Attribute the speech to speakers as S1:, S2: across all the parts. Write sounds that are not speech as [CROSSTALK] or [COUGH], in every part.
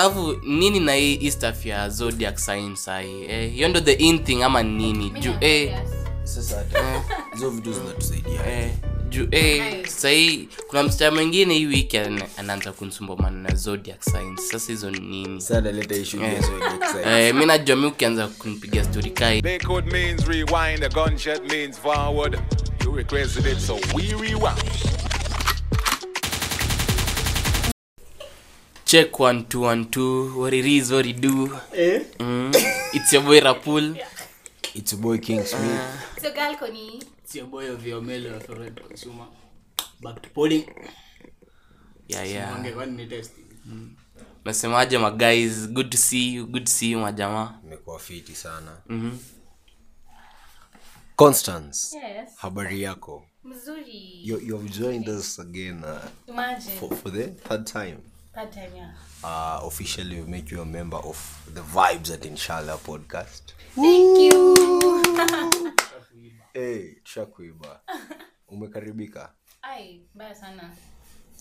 S1: alafu nini na hii istaf ya zodiac sign sahi eh, hiyo ndo the in thing ama nini juu eh,
S2: sasa hata hizo vitu zinatusaidia
S1: eh, juu eh, sahii kuna msichana mwingine hii wiki ana- anaanza kunsumbua mana na zodiac signs sasa hizo ni nini
S2: sana leta issue hizo za exercise.
S1: eh, mi najua mi ukianza kunipiga stori kai
S3: Backward means rewind, a gunshot means forward. You requested it, so we rewound.
S1: check one two one two what it is what it do mm. it's your boy rapul
S2: It's your boy King Smith.
S1: Eh.
S4: So Galcony,
S1: yeah yeah nasemaje ma guys good to see you good to see you majamaa
S2: Nimekuwa fiti sana
S1: Mm-hmm.
S2: Constance,
S4: yes,
S2: habari yako
S4: mzuri.
S2: you, you've joined us again uh,
S4: Imagine
S2: for, for the third time
S4: that time, yeah.
S2: uh, officially we make you a member of the vibes at inshallah podcast
S4: Thank you.
S2: [LAUGHS] hey,
S1: [LAUGHS]
S2: tushakuiba umekaribika
S4: Ai, mbaya sana.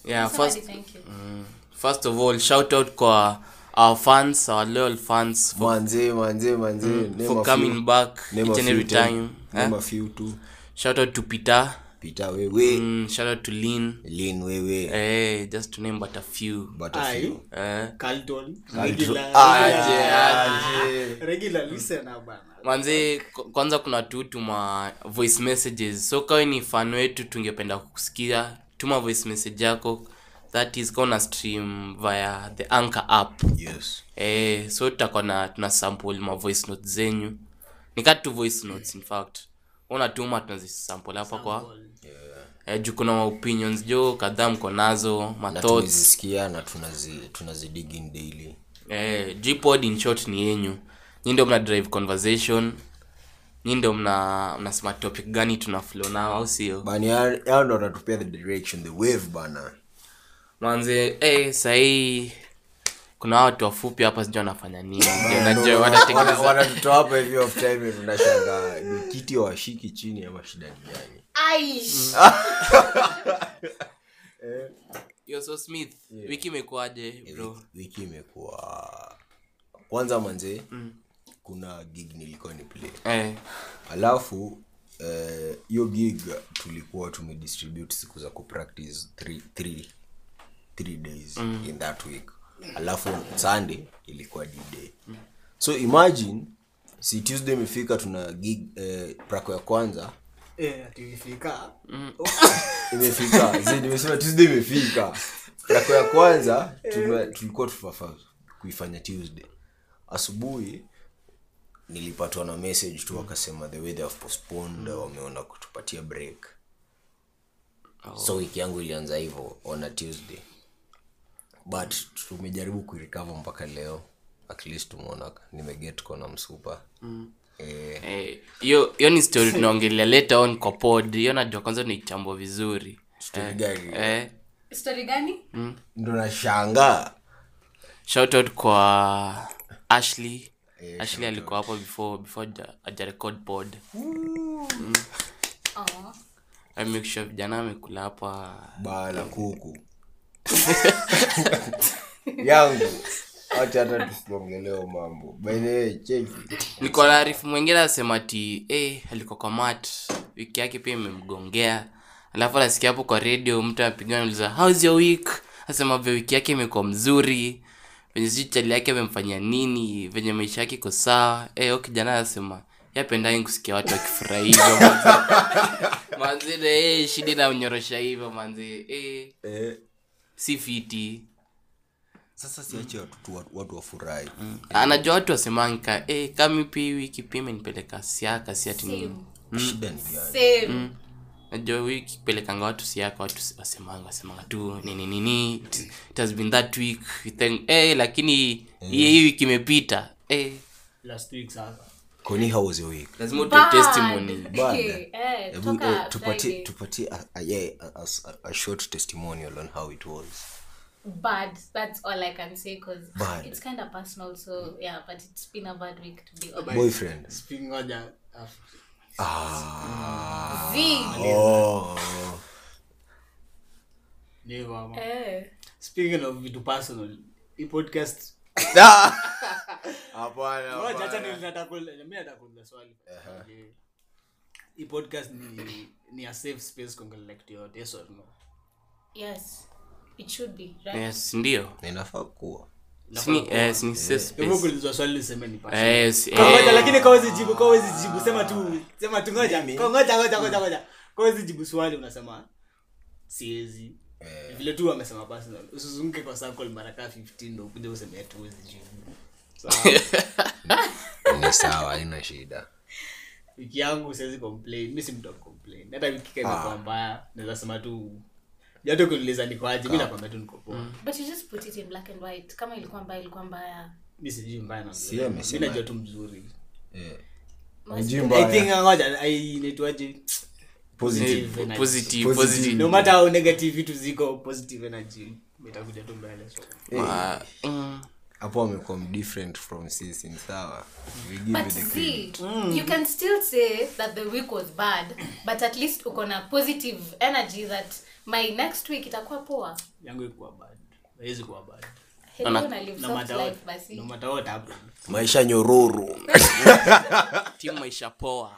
S1: yeah
S4: Somebody
S1: first
S4: thank you.
S2: Mm.
S1: first of all shout out kwa our fans our loyal fans for,
S2: manzee manzee manzee name
S1: Mm, for
S2: a few-
S1: coming back
S2: name a
S1: each and
S2: few
S1: every
S2: tu.
S1: time eh?
S2: Name a few tu
S1: shout out to peter
S2: pita wewe
S1: mm, shout out to lin
S2: lin wewe
S1: eh, just to name but a few
S2: but a few.
S1: eh,
S5: Carlton,
S2: Regular.
S5: regular,
S1: Ah,
S2: Aje,
S5: regular listener bana.
S1: manzi k- kwanza kuna tutuma voice messages so kawe ni fan wetu tungependa kukusikia tuma voice message yako that is kawa una stream via the anchor app
S2: yes
S1: eh, so tutakuwa na tuna sample ma voice notes zenyu ni kati tu voice notes in fact unatuma tunazisample hapa kwa eh, juu kuna opinions jo kadhaa mko nazo ma
S2: na
S1: thoughts
S2: tumezisikia na tunazi tunazi dig in daily
S1: eh, gpod in short ni yenyu nyi ndio mna drive conversation nyi ndio mna mnasema topic gani tuna flow nao au sio
S2: bani yao ndo wanatupea the direction the wave bana
S1: manze eh, sahii kuna hawa watu wafupi hapa sijui wanafanya nini Ndio najua wanatengeneza
S2: [LAUGHS] wanatutoa hapa hivi off time tunashangaa ni kiti washiki chini ama shida ni gani
S4: Ai,
S2: Mm.
S1: Yo, so smith wiki imekuaje bro
S2: wiki imekuwa kwanza manze kuna gig nilikuwa ni play
S1: eh,
S2: alafu eh, hiyo gig tulikuwa tumedistribute siku za kupractice three, three, three days mm. in that week alafu sunday ilikuwa dday mm. so imagine si tuesday imefika tuna gig eh, prako ya kwanza
S5: Eh, ati ifika.
S2: imefika Zii, nimesema tuesday imefika prako ya kwanza tume- tulikuwa tunafaa kuifanya tuesday asubuhi nilipatwa na message tu wakasema the way they have postponed wameona kutupatia break so wiki yangu ilianza hivyo on a tuesday but tumejaribu kuirecover mpaka leo at least tumeona nimeget kona msupa eh,
S1: eh, hiyo hiyo ni story tunaongelea later on kwa pod hiyo najua kwanza nichambua vizuri
S2: story gani?
S1: eh,
S2: Ah.
S4: story gani?
S2: Mm. ndo nashangaa
S1: shout out kwa ashley ashley alikuwa hapo before before aja- aja record pod
S4: Oh,
S1: I make sure vijana amekula hapa
S2: baa la kuku yangu wacha hata tusiongeleo mambo bainawe cheki
S1: niko na arifu mwingine anasema ati eh, alikuwa kwa mat wiki yake pia imemgongea alafu anasikia hapo kwa radio mtu anapigia nauliza hows your week asema vya wiki yake imekuwa mzuri venye sijui chali yake amemfanyia nini venye maisha yake iko sawa eh, huyo kijana anasema yapendai kusikia watu wakifurahi hivyo [LAUGHS] manzi. manzi na eh, shida inanyorosha hivyo manzi eh,
S2: eh,
S1: si fiti
S2: sasa siache watu, watu, watu wafurahi
S1: Mm. anajua watu wasemanka eh, kami pi wiki pi imenipeleka siaka siati nini
S2: Mm. shida ni gani
S4: same.
S2: Mm.
S1: najua wiki kupelekanga watu siaka watu si- wasemanga wasemanga tu nini nini it, it has been that week you think, eh, lakini hii hii wiki imepita eh,
S5: Last week sasa.
S2: koni how was your week
S1: lazima utoe
S4: Bad. [LAUGHS]
S1: testimony
S2: Bad.
S4: Okay, eh,
S2: Hebu,
S4: toka
S2: eh, tupatie
S4: Friday.
S2: tupatie a, a, yeah, a, a, a short testimonial on how it was
S4: Bad. That's all I can say 'cause
S2: Bad.
S4: it's kind of personal, so yeah, but it's been a bad week to
S2: Ah.
S4: be honest.
S2: boyfriend
S5: Speaking of that, af-
S4: Z.
S2: oh.
S5: never, ama.
S4: Eh,
S5: Speaking of vitu personal, hii podcast
S2: Hapana,
S5: Ngoja, acha
S2: hapana.
S5: ni- natakuuliza- mimi natakuuliza swali Je, hii podcast ni ni a safe space kuongelea kitu yote yes or no
S4: yes it should be right
S1: yes ndio
S2: inafaa kuwa
S1: Sini- eh, sini- safe
S5: Hivyo
S1: space.
S5: kuulizwa swali useme ni passion.
S1: Eh, yes,
S5: Kwa ngoja,
S1: eh,
S5: lakini kwa huwezi jibu kwa huwezi jibu sema tu sema tu ngoja Kwa ngoja ngoja ngoja ngoja kwa huwezi jibu swali unasema siwezi
S2: Eh.
S5: vile tu amesema personal usizunguke kwa circle mara kaa 15 ndio ukuje useme tu huwezi jibu
S2: [LAUGHS]
S5: sawa
S2: ni sawa haina shida
S5: wiki yangu siwezi complain mi si mtu wa complain hata wiki kama
S2: Ah.
S5: imekuwa mbaya naweza sema tu hata ukiniuliza niko aje
S2: Ah.
S5: mi nakwambia tu niko poa
S4: but you just put it in black and white kama ilikuwa mbaya ilikuwa mbaya
S5: mi sijui mbaya na
S2: Si
S5: mzuri.
S2: amesema.
S5: mi najua tu mzuri
S2: Eh. Hujui
S5: i think
S2: mbaya.
S5: ngoja ai inaitwaje
S2: Positive.
S5: Positive energy.
S1: positive positive
S5: no matter how negative vitu ziko positive energy itakuja tu mbele so
S1: Ah, mm.
S2: hapo amekuwa mdifferent from sisi ni sawa We give
S4: but
S2: you the credit.
S4: see
S5: Mm.
S4: you can still say that the week was bad but at least uko na positive energy that my next week itakuwa poa
S5: yangu ikuwa bad haiwezi kuwa bad
S4: Hello,
S1: na-
S4: na live
S5: no
S4: soft
S5: matter
S4: life
S5: what no
S4: basi
S5: matter what happen
S2: maisha nyororo
S1: timu maisha poa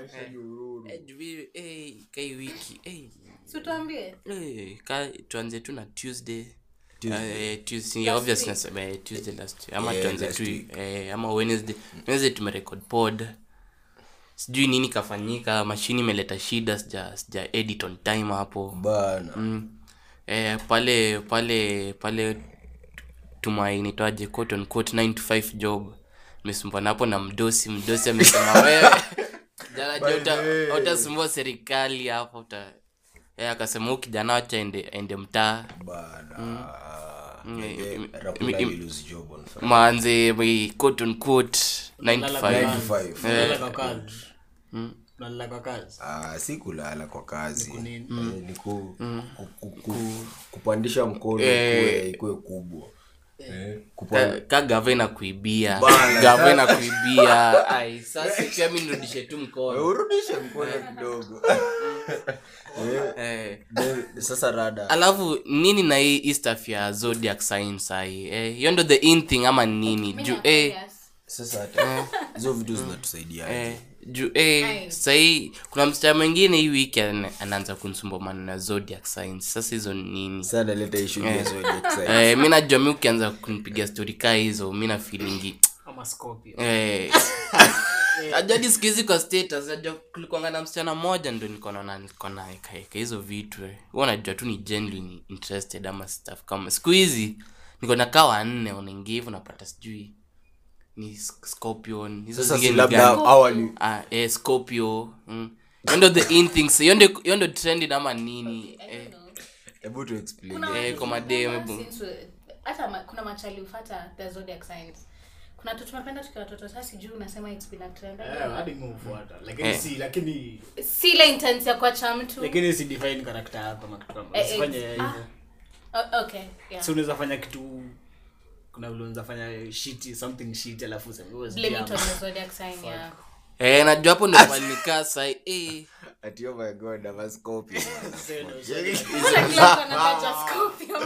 S1: Eh, juu- eh, kai wiki eh,
S4: si tuambie
S1: eh, ka tuanze tu na tuesday
S2: Tuesday.
S1: Eh, Tuesday, obvious nasema, eh, Tuesday last ama
S2: Yeah,
S1: tuanze
S2: last
S1: tu
S2: week.
S1: eh, ama wednesday wednesday tumerekod pod sijui nini kafanyika mashini imeleta shida sija sija edit on time hapo
S2: bana
S1: mm. eh, pale pale pale tumainitwaje quote on quote 9 to 5 job mesumbana hapo na mdosi mdosi amesema wewe
S2: [LAUGHS] By the
S1: jaraja
S2: way.
S1: utasumbua serikali hapo uta eh, akasema huu kijana wacha aende aende mtaa
S2: bana
S1: Mm,
S2: Eh,
S1: mm,
S2: Rakula
S1: mm,
S2: lilose job on Friday.
S1: manze we quote on quote 9 to Mm.
S5: Lala
S1: 5
S5: kwa-
S2: 95.
S5: Unalala kwa kazi unalala kwa kazi
S2: Ah, si kulala kwa kazi
S5: kunini.
S2: Eh,
S1: Mm.
S2: ni ku, ku, ku, ku, kupandisha mkono
S1: Eh.
S2: ikue- ikue kubwa Eh, kupa-
S1: Ka- ka gavana kuibia
S2: Bana,
S1: gavana kuibia ai
S2: [LAUGHS]
S1: sasa pia mimi nirudishe tu
S2: Eh,
S1: mkono
S2: urudishe mkono kidogo [LAUGHS] Eh,
S1: eh
S2: then, sasa rada
S1: alafu nini na hii hii stuff ya zodiac sign sahi eh, hiyo ndo the in thing ama nini
S4: Mimi
S1: juu
S4: na-
S1: eh,
S4: yes.
S2: sasa hata hizo vitu zinatusaidia
S1: Mm. eh, juu eh,
S4: Aye.
S1: sahii kuna msichana mwingine hii wiki ana- anaanza kunisumbua maneno ya zodiac sign sasa hizo nini
S2: sana leta ishu ya zodiac sign.
S1: eh, mi najua mi ukianza kunipiga stori kaa hizo mi na feelingi
S5: ama scorpio
S2: [LAUGHS]
S1: eh, najua hadi siku hizi kwa status najua kulikuanga na msichana mmoja ndo niko naona niko naekaeka hizo vitu eh. huwa najua tu ni genuinely interested ama stuff kama siku hizi niko na kaa wanne wanaingia hivo napata sijui ni s- scorpion hizo
S2: sasa si
S1: zingine ni
S2: labda
S1: gani?
S2: hawa ni
S1: ah, eh, scorpio mm. hiyo ndo the in things hiyo ndo- hiyo ndo trended ama nini
S4: I
S1: eh,
S4: don't know.
S2: hebu tu explain
S4: Kuna
S1: Eh,
S4: watu
S1: kwa
S4: tunapenda
S1: mademu, bu-
S4: since we- hata ma- kuna machali ufata the zodiac signs kuna watu tunapenda tukiwa watoto sasa sijui unasema it's been a trend
S5: Eh, hadi mimi hufuata lakini
S1: Eh.
S5: si lakini
S4: si ile intense ya kuacha mtu
S5: lakini si define karakta yako ama kitu kama
S4: Eh, eh,
S5: usifanye
S4: ah.
S5: hivyo
S4: O- okay yeah.
S5: si unaweza fanya kitu kuna vile unaweza fanya shiti something shiti alafu useme, "Oh, sijui
S4: blame it on
S5: ama."
S4: the zodiac sign yeah
S1: eh, najua hapo ndo palinikaa sai eh.
S2: ati oh my god ama scorpio
S1: Yaani
S5: Sasa ndio-
S4: Sasa kila mtu anataja
S5: [LAUGHS]
S4: Scorpio.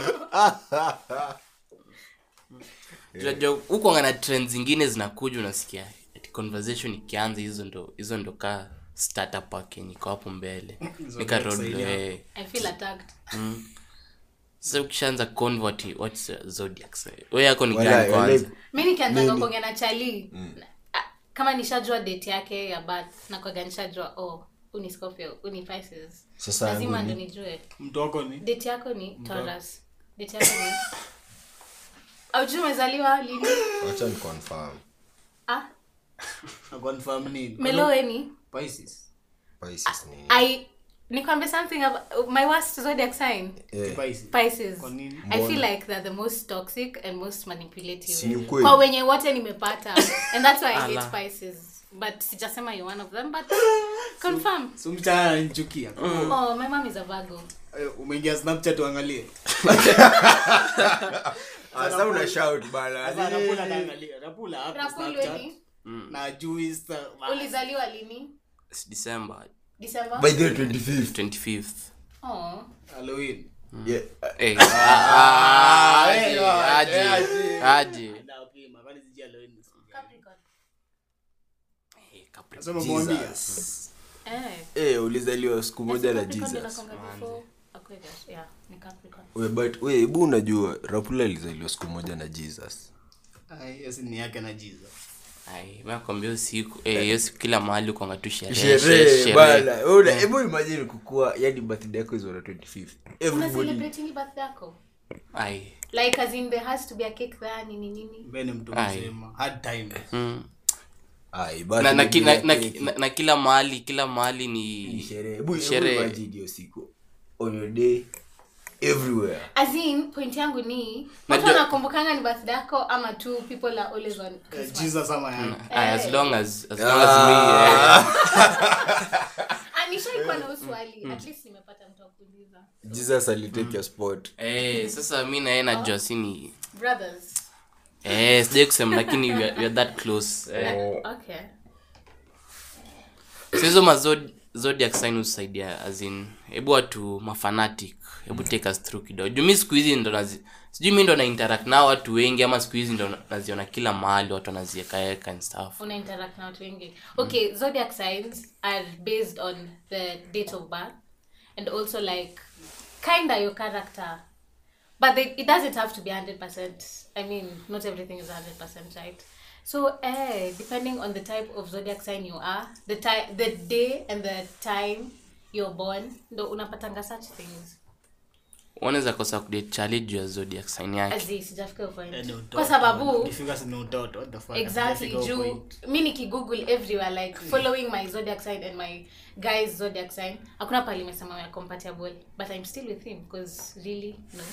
S1: tunajua huko na trend zingine zinakuja unasikia ati conversation ikianza hizo ndo hizo ndo ka startup akenye iko hapo [LAUGHS] mbele nika
S5: ndo
S1: road
S5: kusaidia.
S1: eh.
S4: I feel attacked.
S1: sasa ukishaanza convert what's uh, zodiac say wewe yako ni
S2: Walai,
S1: gani kwanza
S2: walai.
S4: mi nikianzanga kuongea na chali ah, kama nishajua date yake ya birth na kwaga nishajua oh uni Scorpio, uni Pisces.
S2: Sasa
S4: lazima
S2: yangu
S4: ndo
S2: ni-
S4: nijue
S5: [LAUGHS] mtu wako ni
S4: date yako ni Taurus. date yako ni aujui umezaliwa lini
S2: wacha ni confirm
S4: ah,
S5: na confirm nini
S4: melowe ni
S5: Pisces.
S2: Pisces ni
S1: Ah,
S4: I- nikwambie something about my worst zodiac sign
S2: eh
S5: Pisces.
S4: Pisces.
S5: Kwa nini?
S4: I feel like they're the most toxic and most manipulative.
S2: Si ni ukweli?
S4: Kwa wenye wote nimepata. And that's why I hate Pisces. But sijasema you're one of them
S2: [LAUGHS]
S4: but confirm.
S5: So msichana ananichukia.
S2: Hmm.
S4: Oh, my mom is a Virgo.
S5: Eh, umeingia snapchat uangalie
S2: Ah, sasa una shout bana
S5: Sasa Rapula anaangalia. Rapula hapo
S4: Rapul
S5: Snapchat.
S4: weni,
S1: Mm.
S5: na ajui sa-
S4: ulizaliwa lini?
S1: It's December
S4: December?
S2: by the way, 25th
S1: 25th
S4: Oh.
S5: Halloween.
S2: Yeah.
S1: Eh, ah, ah, aje,
S2: eh,
S1: aje,
S2: aje.
S1: aje.
S5: Na wapima, kwani sijui Eh, Halloween ni siku gani.
S4: Capricorn.
S1: Eh, Capri-
S2: Jesus.
S4: Eh.
S2: Eh, ulizaliwa siku moja na
S4: Capricorn ndio
S2: jesus
S4: anakuanga before Aquarius. oh, Yeah, ni Capricorn.
S2: We, but we hebu unajua rapula alizaliwa siku moja na jesus
S5: Ah, hiyo si ni yake na Jesus.
S1: Ai, nakwambia usiku eh, hiyo siku kila mahali kwanga tu sherehe,
S2: sherehe
S1: sherehe.
S2: bana We una- hebu imagine kukua yani birthday yako is on the 25th
S4: Una
S2: everybody
S4: celebrate ni birthday yako?
S1: Ai,
S4: Like as in there has to be a cake there nini nini.
S5: Mbe ni mtu
S1: Ai.
S5: mzima. Hard time.
S1: mm.
S2: ai
S1: na, na,
S2: birthday
S1: ki- na,
S2: yake
S1: na, na, na kila mahali kila mahali
S2: ni
S1: ni
S2: sherehe hebu
S1: sherehe.
S2: hebu imagine hiyo siku on your day everywhere
S4: As in point yangu ni watu
S1: Najua-
S4: wanakumbukanga ni birthday yako ama two people are always on
S5: Eh,
S4: Christmas.
S5: Jesus ama yake.
S1: Ai, Ah, as long as as long as me eh.
S4: Ah, nishaikuwa
S5: Eh,
S4: na hiyo swali. At least nimepata mtu wa kuuliza.
S2: jesus alitake your spot
S1: Eh, sasa mi naye najua sini
S4: Brothers.
S1: eh, sijai kusema lakini we are, we are that close eh.
S5: Oh.
S4: Okay.
S1: so hizo mazod- zodiac sign husaidia as in hebu watu mafanatic hebu take us through kidogo juu mi siku hizi ndo nazi sijui mi ndo na interact nao watu wengi ama siku hizi ndo na- naziona kila mahali watu wanaziekaeka and stuff
S4: una interact na watu wengi
S5: Mm.
S4: okay zodiac signs are based on the date of birth and also like kinda your character but they, it doesn't have to be 100% i mean not everything is 100% right so eh, depending on the type of zodiac sign you are the ti- the day and the time you're born ndo unapatanga such things
S1: wanaweza kosa kudate chali juu ya zodiac sign yake
S4: azi sijafika hiyo
S5: Eh,
S4: point
S5: ni utoto.
S4: kwa sababu
S5: Ukifika si ni utoto. What the fuck?
S4: exactly
S5: Ukifika huko
S4: juu mi nikigoogle everywhere like following my zodiac sign and my guy's zodiac sign hakuna pali imesema we are compatible but i'm still with him because really [LAUGHS] no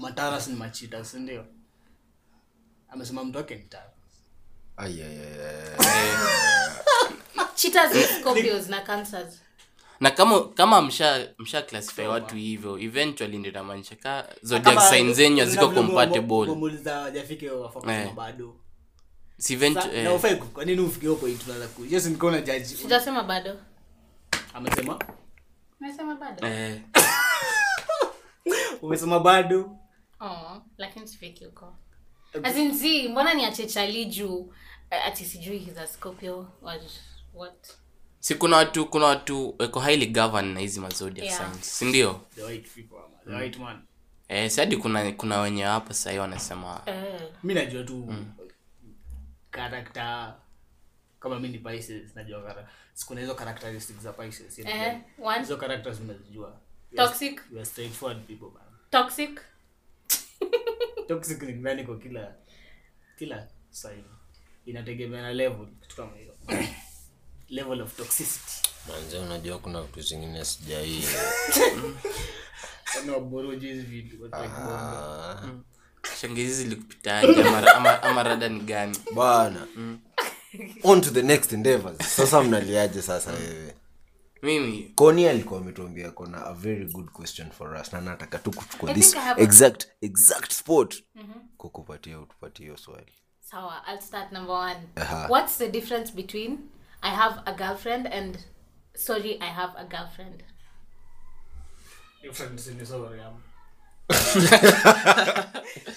S5: mataras ni machita sindio amesema mtu wake ni tara
S2: Ai, ai, ai, ai.
S4: cheaters ni scorpios na cancers
S1: na kama kama msha msha classify watu hivyo eventually ndio inamaanisha ka zodiac
S5: Kama-
S1: sign zenyu haziko
S5: vile ume-
S1: compatible
S5: umemuuliza wajafike wafa kusema
S1: Eh.
S5: bado
S1: si
S5: Sa-
S1: eventu-
S5: na
S1: eh,
S5: ufai ku- kwa nini ufike huko hii tunaanza ku- Yesu nilikuwa na judge.
S4: sijasema bado
S5: amesema
S4: umesema bado
S1: eh,
S5: umesema bado
S4: oh lakini sifiki huko azinzi mbona ni achechali juu eh, ati sijui he's a scorpio or what
S1: si kuna watu kuna watu wako highly governed na hizi mazodiac
S4: Yeah.
S1: signs sindio
S5: the white people ama the white man
S1: eh, sadi kuna kuna wenye hapa sahii wanasema
S4: eh,
S5: mi najua tu character kama mi ni Pisces, najua kara- kuna hizo characteristics za Pisces, yani
S4: eh,
S5: gani?
S4: one
S5: hizo characters unazijua We are-
S4: toxic
S5: we are straightforward people man.
S4: toxic
S5: toxic ni ndani kwa kila kila side inategemea na level kitu kama hiyo [COUGHS] level of toxicity
S2: manze unajua kuna vitu zingine [LAUGHS] sijai
S5: Wana waboruji hizi vitu watu wa kibongo.
S1: shangizi zilikupitaje ama, ama, ama rada ni gani
S2: bana on to the next endeavors sasa mnaliaje sasa wewe
S1: mimi
S2: koni alikuwa ametuambia kona a very good question for us na nataka tu kuchukua
S4: I think
S2: this
S4: I have a- Mm-hmm.
S2: exact exact spot kukupatia utupatie hiyo swali
S4: Sawa, I'll start number one.
S2: Aha.
S4: What's the difference between I have a girlfriend and sorry, I have a girlfriend?
S5: Different ni sorry ama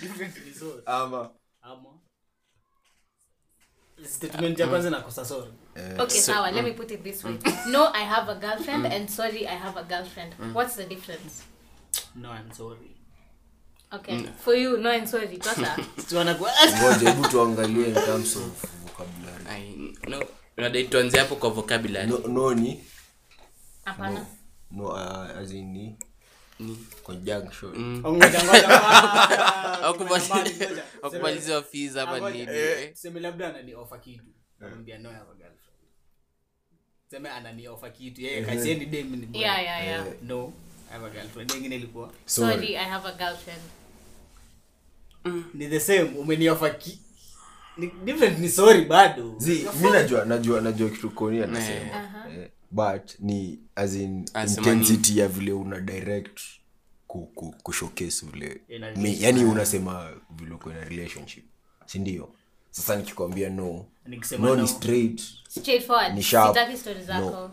S5: Different ni sorry
S2: ama
S5: ama statement ya kwanza inakosa sorry
S2: Uh,
S4: okay, sawa,
S2: mm.
S4: let me put it this way. no, I have a girlfriend and sorry, I have a girlfriend.
S2: Mm.
S4: What's the difference?
S5: no I'm sorry
S4: Okay,
S2: Mm.
S4: for you, no and sorry,
S2: [LAUGHS]
S4: kosa.
S5: Sisi wanakuwa
S2: ngoja hebu tuangalie in terms of vocabulary
S1: ai, no, unadai tuanze hapo kwa vocabulary
S2: no, no ni
S4: Hapana.
S2: no uh, as in ni
S1: Ni-
S2: conjunction
S4: Mm.
S5: Au ngoja, ngoja, ngoja.
S1: Hawakubali- [LAUGHS]
S5: Ngoja.
S1: hawakubalizi wa fees hapa
S5: Ngoja.
S1: nini
S5: Eh,
S1: eh.
S5: tuseme labda ananiofa kitu namwambia no I have a girlfriend tuseme ananiofa kitu yeye kachieni dem ni boy.
S4: Yeah, yeah, yeah.
S5: no I have a girlfriend nyingine ilikuwa
S4: Sorry. I have a girlfriend.
S5: ni the same umeniofa ki ni different ni sorry bado
S2: Zii, mi najua najua najua kitu koni anasema
S4: Uh-huh.
S2: Eh, but ni as in
S1: Anasema ni-
S2: intensity ya vile una direct ku, ku, ku showcase vile
S5: Ina-
S2: mi, yani unasema vile uko na relationship sindio sasa nikikwambia no
S5: Nikisema
S2: no
S5: no.
S2: ni straight
S4: Straightforward.
S2: Ni sharp.
S4: Sitaki stories
S2: No.
S4: zako.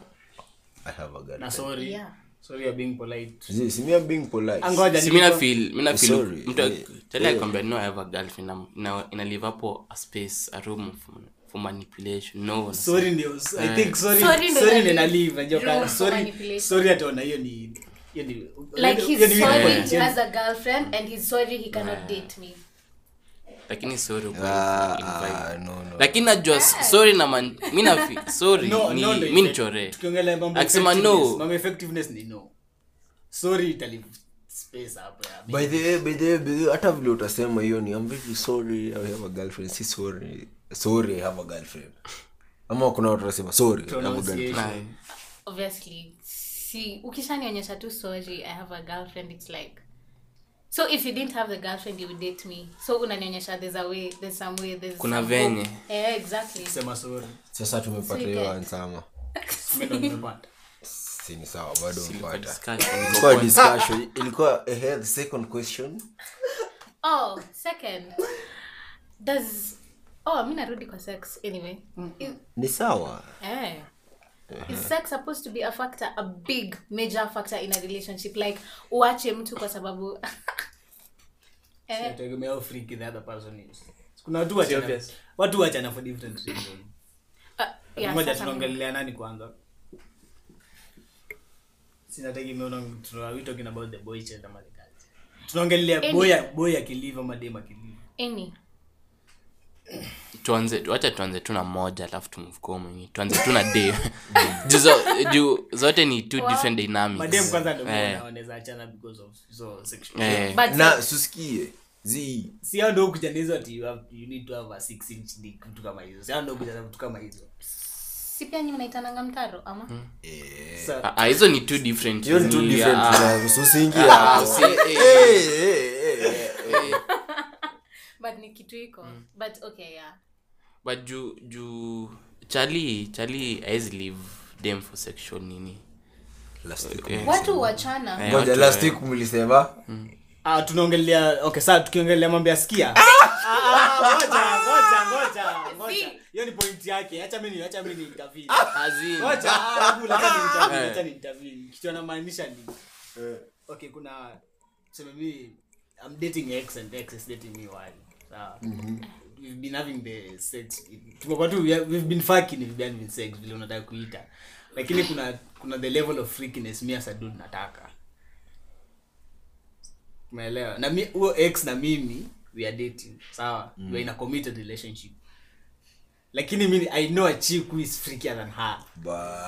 S2: i have a
S5: na
S2: girlfriend
S5: sorry
S4: Yeah.
S5: sorry you're being polite
S2: Zee, si me I'm being polite.
S5: angoja
S1: si
S5: nilikuwa-
S1: mina Yaani feel mina feel
S2: Sorry,
S1: mtu
S2: yeah,
S1: tell
S2: yeah.
S1: akwambia no i have a girlfriend I'm- ina ina leave hapo a space a room for, for manipulation no one-
S5: sorry ndio
S1: Eh.
S5: i think sorry
S4: Sorry ndio
S5: sorry
S4: nani-
S5: ndio nalive najua
S4: Room for
S5: ka- sorry
S4: manipulation.
S5: sorry ataona hiyo ni hiyo ni
S4: like
S5: hiyo ni
S4: he's
S5: Eh. weak
S4: sorry
S5: point,
S4: he
S5: hiyo ni-
S4: has a girlfriend and he's sorry he cannot date me
S1: lakini sorry uko
S2: Ah,
S1: invite.
S2: ah, no, no.
S1: lakini najua sorry na man, mina feel sorry
S5: No,
S1: ni
S5: no, ndio
S1: mi
S5: ife-
S1: nichore
S5: tukiongelea mambo
S1: Akisema
S5: effectiveness,
S1: no.
S5: mambo effectiveness ni no sorry italive space hapo ya
S2: By the way, by the way, by the way, hata vile utasema hiyo ni I'm very sorry I have a girlfriend si sorry sorry I have a girlfriend ama kuna watu wanasema sorry I have a girlfriend.
S5: pronunciation
S4: obviously see ukishanionyesha tu sorry i have a girlfriend it's like so if you didn't have the girlfriend you would date me so unanionyesha there's a way there's some way there's
S1: Kuna
S4: some
S1: venye.
S4: hope. yeah, exactly
S5: sema sorry
S2: sasa tumepata
S4: So you
S2: hiyo
S4: get-
S2: ansama
S5: Mimi ndo
S4: [LAUGHS]
S5: nimepata.
S2: si ni sawa bado
S1: Ilikuwa
S2: mpata
S1: discussion, ilikuwa
S2: ilikuwa
S1: point.
S2: discussion ilikuwa eh, the second question
S4: [LAUGHS] oh second does oh mi narudi kwa sex anyway Is-
S2: ni sawa
S4: eh. Is sex supposed to be a factor a big major factor in a relationship like uache mtu kwa sababu [LAUGHS] eh,
S5: Inategemea how freaky the other person is. kuna watu wachana
S1: obvious.
S5: watu wachana for different reasons
S4: ah, yeah,
S5: moja
S4: sasa-
S5: tunaongelelea nani kwanza sinategemea unaong- tuna- we talking about the boy child ama the girl child. tunaongelelea
S4: Any-
S5: boy boy akilive ama dem akilive
S4: Any.
S1: tuanze wacha tuanze tu na moja alafu tumfuko mwenyewe tuanze tu na day [LAUGHS] juu zo- juu zote ni two different
S5: madem
S1: dynamics
S5: kwanza ndio
S1: Eh,
S5: maana wanaweza achana because of so sexual
S1: eh.
S4: But
S2: na susikie zi
S5: si hao ndio kuja nizo ati you have- you need to have a 6 inch dick vitu kama hizo si hao ndio kuja na vitu kama hizo
S4: si pia nyi mnaitananga mtaro ama
S5: Mm. Sa-
S1: Ah, ah, hizo ni two different
S2: hiyo ni two
S1: ni,
S2: different
S1: ah,
S2: levels, usiingie hapo.
S1: usi- eh, eh.
S2: Eh, eh, eh, eh.
S4: but ni kitu iko
S5: Mm.
S4: but okay yeah
S1: but juu juu chali chali aezi live dem for sexual nini
S2: Last week
S1: Eh,
S4: watu wachana
S1: eh,
S2: Ngoja,
S1: watu-
S2: last week mlisema
S5: ah tunaongelea okay saa tukiongelea mambo ya skia Ah, ah, ngoja ngoja ngoja ngoja hiyo ni point yake acha mimi acha mimi nitafiti
S1: Azin.
S5: Wacha, ah, hebu leta nimtafiti, leta nimtafiti. Kitu anamaanisha ni okay kuna tuseme mi I'm dating X and X is dating me Y. Sawa. We've been having the sex. Tumekuwa tu we have- we've been fucking we've been having sex vile unataka kuita. Lakini kuna kuna the level of freakiness mi as a dude nataka. Umeelewa? Na mi huo X na mimi we are dating. Sawa. We are in a committed relationship. Lakini mimi I know a chick who is freakier than her.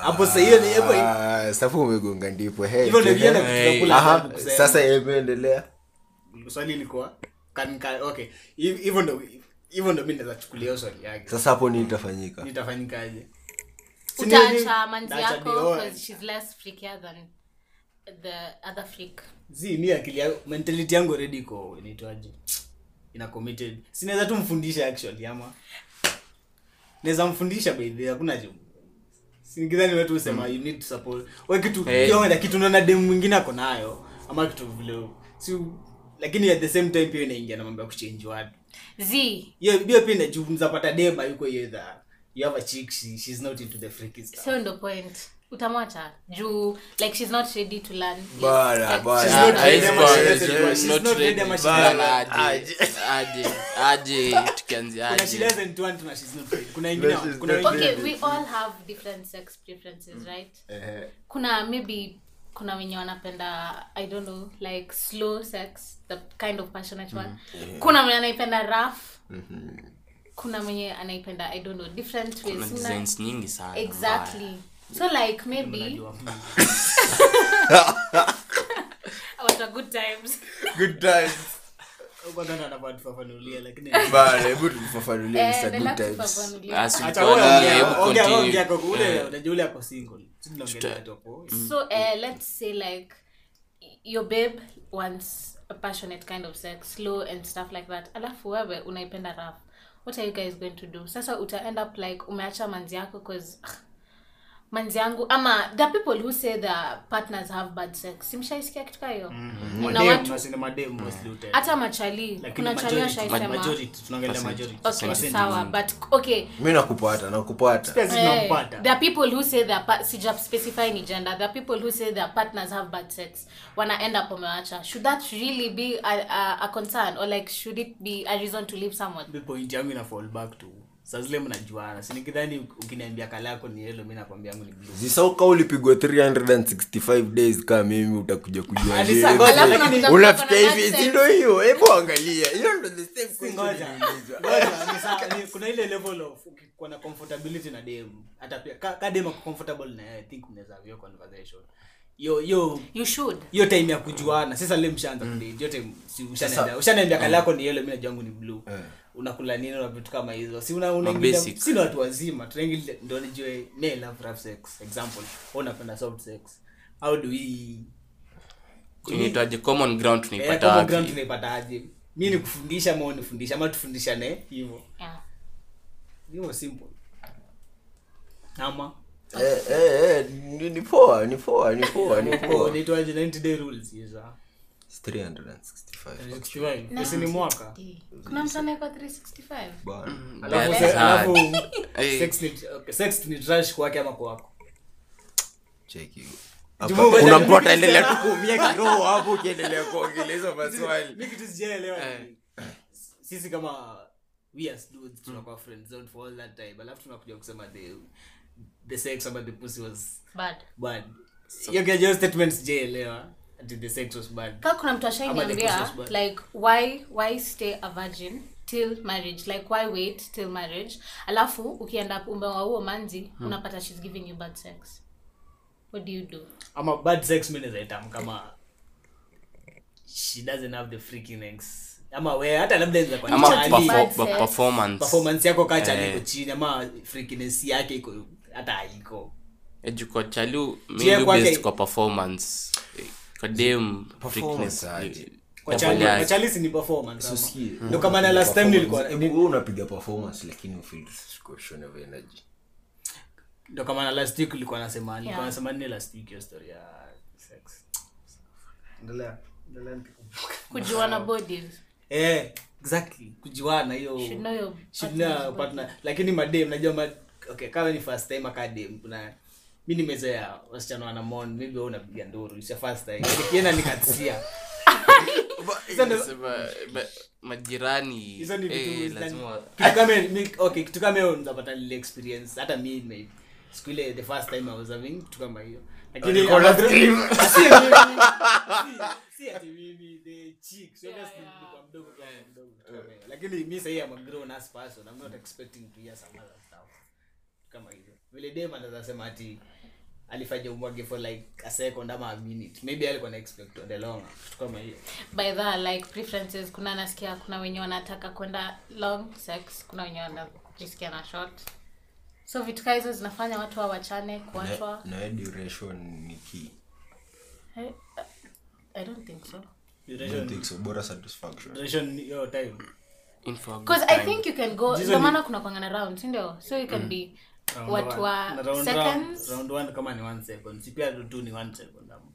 S5: Hapo sasa hiyo ni hapo
S2: Ah, safu umegonga ndipo hey,
S5: hivyo ndio
S2: hey,
S5: vile
S2: hey.
S1: Hey.
S5: tunakula
S2: Aha,
S5: sana kusema.
S2: sasa imeendelea
S5: swali ilikuwa kan ka- okay Hiv- hivyo ndo hivyo ndo mi nazachukulia hiyo swali yake
S2: sasa hapo nini itafanyika
S5: nitafanyikaje Si ni-
S4: utaacha manzi
S5: nitaacha
S4: yako
S5: ni- oh,
S4: 'cause she's less freakier than the other freak
S5: zi mi akili yangu mentality yangu already iko inaitwaje ina committed sinaweza tu mfundisha actually ama naweza mfundisha by the way, hakuna jibu singizani wetu usema you need to support we kitu
S1: Eh.
S5: hey. na kitu unaona demu mwingine ako nayo ama kitu vile si lakini at the same time pia inaingia na mambo ya kuchange watu
S4: z
S5: hiyo hiyo pia inajifunza pata dema yuko hiyo dha you have a chick she, she's not into the freaky stuff
S4: sio ndo point utamwacha juu like she's not ready to learn
S2: Bana, bana.
S5: She's not
S1: Ah,
S5: ready
S1: hizo-
S5: ama she doesn't
S1: hizo-
S5: want- she's
S1: not
S5: not ready
S1: ready.
S5: ama she
S1: Bana,
S5: doesn't-
S1: aje, aje, aje, tukianzia
S5: kuna she
S1: aje.
S5: doesn't want na she's not ready kuna ingine
S2: No, she's
S5: kuna
S2: not
S5: wengine
S4: okay we all have different sex preferences right
S2: Eh,
S4: kuna maybe kuna wenye wanapenda i don't know like slow sex the kind of passionate one
S2: Mm,
S4: kuna mwenye anaipenda rough
S2: Mm-hmm.
S4: kuna mwenye anaipenda i don't know different
S1: Kuna
S4: ways Kuna-
S1: designs nyingi sana mbaya.
S4: exactly so like maybe
S5: Unajua.
S4: what are good times
S2: Good times. [LAUGHS]
S5: Huko ndo anafaa tufafanulie, lakini
S2: Bana, hebu tufafanulie
S4: Eh,
S2: Mr.
S4: the
S2: Good
S4: lack of
S2: Times.
S4: availability.
S1: Ah, si
S5: acha
S1: kwa
S5: wewe
S1: nini,
S5: ongea,
S4: uh,
S1: hebu
S5: ongea,
S1: continue.
S5: ongea kwa ule,
S1: Eh,
S5: unajua ule ako single. Sisi tunaongelea tu hapo.
S4: so uh, let's say like y- your babe wants a passionate kind of sex slow and stuff like that alafu wewe unaipenda rough what are you guys going to do sasa uta end up like umeacha manzi yako cause ah, manzi yangu ama the people who say the partners have bad sex simshaisikia kitu kaa hiyo na
S5: Madem,
S4: watu
S5: tunasema madem mostly utaenda.
S4: hata machali
S5: Lakini
S4: kuna chali
S5: majority, ma-
S4: washaisema
S5: majority, tunaongelea majority.
S4: okay
S5: Percentage.
S4: sawa but okay
S2: mi nakupata nakupata
S5: Pia sisi
S4: Eh,
S5: tunampata.
S4: there are people who say their pa- sija specify ni gender there are people who say their partners have bad sex wanaenda pomewacha should that really be a, a, a concern or like should it be a reason to leave someone
S5: Mi point yangu ina fall back to saa zile mnajuana si nikidhani ukiniambia kala yako ni yelo mi nakwambia yangu ni blue.
S2: zisauka ulipigwa 365 days kaa mimi utakuja kujua
S5: Alisa,
S2: leo.
S5: ngoja,
S4: Alafu
S5: lakini-
S4: unamtafuta
S2: unafikia
S4: kuna
S2: hivi
S4: bad
S2: sindo hiyo hebu angalia hiyo ndo the same question
S5: Ngoja.
S2: niliulizwa.
S5: Ngoja, ni sawa, ni- kuna ile level of ukiwa na comfortability na dem hata pia ka, ka dem ako comfortable na yeye, I think mnaweza have your conversation yo yo
S4: you should
S5: hiyo time ya kujuana sasa lile mshaanza kudate hiyo time si ushanaambia
S2: Sasa-
S5: ushanaambia kala yako ni yellow mimi najua yangu ni blue unakula nini na vitu kama hizo si una unaingilia
S1: Mabasic.
S5: si ni watu wazima tunaingilia ndio nijue me love rough sex example wewe unapenda soft sex how do we
S1: inaitwaje common ground
S5: eh,
S1: tunaipata
S5: common ground
S1: wapi
S5: tunaipataje mimi nikufundisha ama wewe unifundisha ama tufundishane hivyo
S4: yeah.
S5: hivyo simple ama
S2: Eh, eh, eh, ni- ni poa ni poa ni poa ni poa
S5: [LAUGHS] unaitwaje 90 day rules hizo ah. Mm.
S2: 365
S5: Ni si ni mwaka
S4: kuna mtu anaekwa 365
S2: bwana
S5: alafu
S1: That's hard.
S5: se- alafu
S1: Eh.
S5: sex ni- okay, sex ni trash kwake ama kwako
S2: cheki
S5: Jumugu,
S2: Hapa- kuna
S5: ngoja,
S2: mtu ataendelea tu kuumia kiroho hapo ukiendelea kuongelea hizo maswali
S5: mi kitu sijaelewa ni-
S1: Eh.
S5: sisi kama we as dudes tunakuwa friend zone for all that time alafu tunakuja kusema the the sex ama the pussy was
S4: bad
S5: bad hiyo kiajo statement sijaelewa ati the sex was bad
S4: kaa kuna mtu
S5: Ama
S4: ashainiambia
S5: the process, but-
S4: like why why stay a virgin till marriage like why wait till marriage alafu ukienda umewa huo manzi
S5: Hmm.
S4: unapata shes giving you bad sex what do you do
S5: ama bad sex mi naweza itam kama she doesn't have the freakiness ama we hata labda inaweza kuwa ni
S1: ama
S5: chali.
S1: perfo-
S4: Bad
S1: per-
S4: sex.
S1: performance
S5: performance yako kacha
S1: Eh.
S5: liko chini ama freakiness yake iko hata haiko
S1: ejuko chalu
S5: Chia
S1: mainly
S5: kwake-
S1: based kwa performance Eh, kwa dem
S2: Performance
S1: fitness,
S2: aje?
S1: eh,
S5: Kwa
S1: double
S5: Charlie-
S1: ass.
S5: kwa Charlie si ni performance ama?
S2: Usikie.
S1: Hmm.
S5: ndio kama na last time nilikuwa
S2: Mm. Hebu wewe unapiga performance lakini ufeel description of energy
S5: ndio kama na last week ulikuwa nasema
S4: Yeah.
S5: nilikuwa nasema nini last week hiyo story ya sex endelea endelea nikikumbuka.
S4: kujuana bodies
S5: eh exactly kujiwana hiyo
S4: should know your
S5: should
S4: partner's
S5: know
S4: body.
S5: partner lakini madem najua ma okay kama ni first time akadem kuna mi nimezoea wasichana wana mon maybe wewe unapiga nduru it's your first time nikienda nikatisia Hizo ndio-
S1: Sema, ba- majirani
S5: hizo ni
S1: eh,
S5: vitu
S1: lazima
S5: kitu kama mi- okay kitu kama hiyo nzapata lile experience hata mi nime siku ile the first time i was having kitu kama hiyo lakini
S2: Niko na dream.
S5: Si mimi. Si- si ati mimi, the chicks, obviously nilikuwa mdogo kama mdogo, kitu kama hiyo. lakini mi sahii am a grown ass person i'm not expecting to hear some other stuff kama hivyo vile dem anaweza sema ati alifanya umwage for like a second ama a minute maybe alikuwa na expect on the longer kitu kama hiyo
S4: by that like preferences kuna nasikia kuna wenye wanataka kwenda long sex kuna wenye wanajisikia na short so vitu kaa hizo zinafanya watu wawachane kuachwa
S2: na na duration ni key
S4: I, i don't think so
S2: Don't think so bora satisfaction
S5: duration your time
S1: info a good
S4: because i
S1: time.
S4: think you can go ndio maana kuna kwangana round sindio so you can
S1: Mm.
S4: be
S5: Round
S4: watu
S5: one.
S4: wa
S5: Na round
S4: seconds
S5: round- round one kama ni one second si pia tu ni one second ama.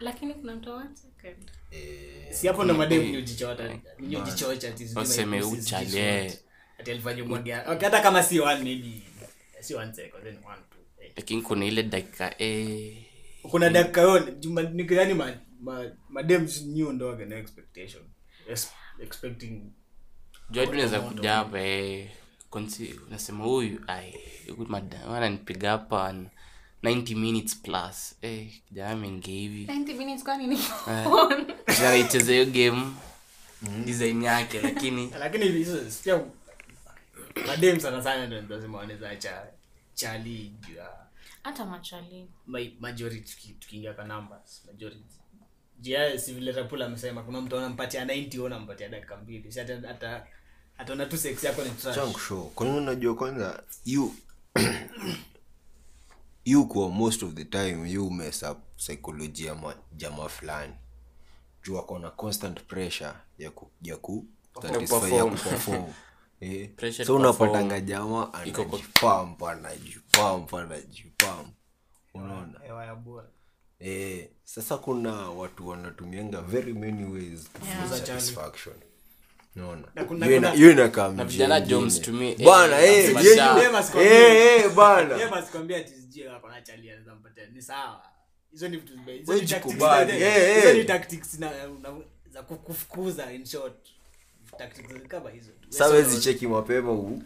S4: lakini kuna mtu wa one second
S5: Eh. si hapo ndo mademu ni ujichota ni ujichocha ati sijui
S1: Waseme
S5: na-
S1: ucha,
S5: sijui
S1: yeah.
S5: short. ati alifanya mwage okay hata kama si one maybe si one second then one two eh.
S1: lakini kuna ile dakika eh,
S5: kuna dakika hiyo juma- nikidhani ma, ma, mademu si new ndoge na expectation Ex- expecting
S1: jua tu unaweza kuja hapa eh, konsi- unasema huyu ai, huyu mada- wananipiga hapa n- 90 minutes plus eh, kijana ameingia hivi
S4: 90 minutes kwani ni
S1: Eh. Kijana anaicheza hiyo game design yake [LAUGHS] lakini
S5: lakini hizo pia mademu sana sana ndo ndosema wanaweza acha chali juu ya
S4: hata machali
S5: ma- majority tuki- tukiingia kwa numbers majority jia si vile rapula amesema kuna mtu anampatia 90 wewe unampatia dakika mbili Si hata- hata ataona tu sex yako ni trash
S2: changu show kwa nini unajua kwanza you [CLEARS THROAT] you kwa most of the time you mess up psychology ya ma- jamaa fulani juu ako na constant pressure ya ku, ya ku satisfy ya
S1: perform.
S2: kuperform
S1: [LAUGHS]
S2: Eh,
S1: Pressure
S2: so
S1: to perform.
S2: unapatanga jamaa anajipampa anajipampa anajipampa unaona
S5: hewa ya bora
S2: eh, sasa kuna watu wanatumianga very many ways to feel
S5: Kuuza chali.
S2: satisfaction Unaona?
S5: Na kuna-
S2: Hiyo ina-
S5: kuna-
S2: hiyo inakaa mjini
S1: vijana
S2: ingine.
S1: Jones tumie-
S2: Bana,
S1: eh,
S2: eh,
S1: mashaa.
S2: yenyu-
S5: Yeye masikwambie.
S2: eh, eh, bana.
S5: Yeye masikwambie ati sijui ako na chali anaweza mpatia. Ni sawa. Hizo ni vitu zime- hizo
S2: Wewe
S5: ni tactics
S2: jikubali.
S5: za-
S2: Eh,
S5: hizo
S2: eh.
S5: ni tactics na- na- za ku- kufukuza in short. Tactics kama hizo tu.
S2: Sasa
S5: Wewe
S2: wezi
S5: sio-
S2: cheki mapema u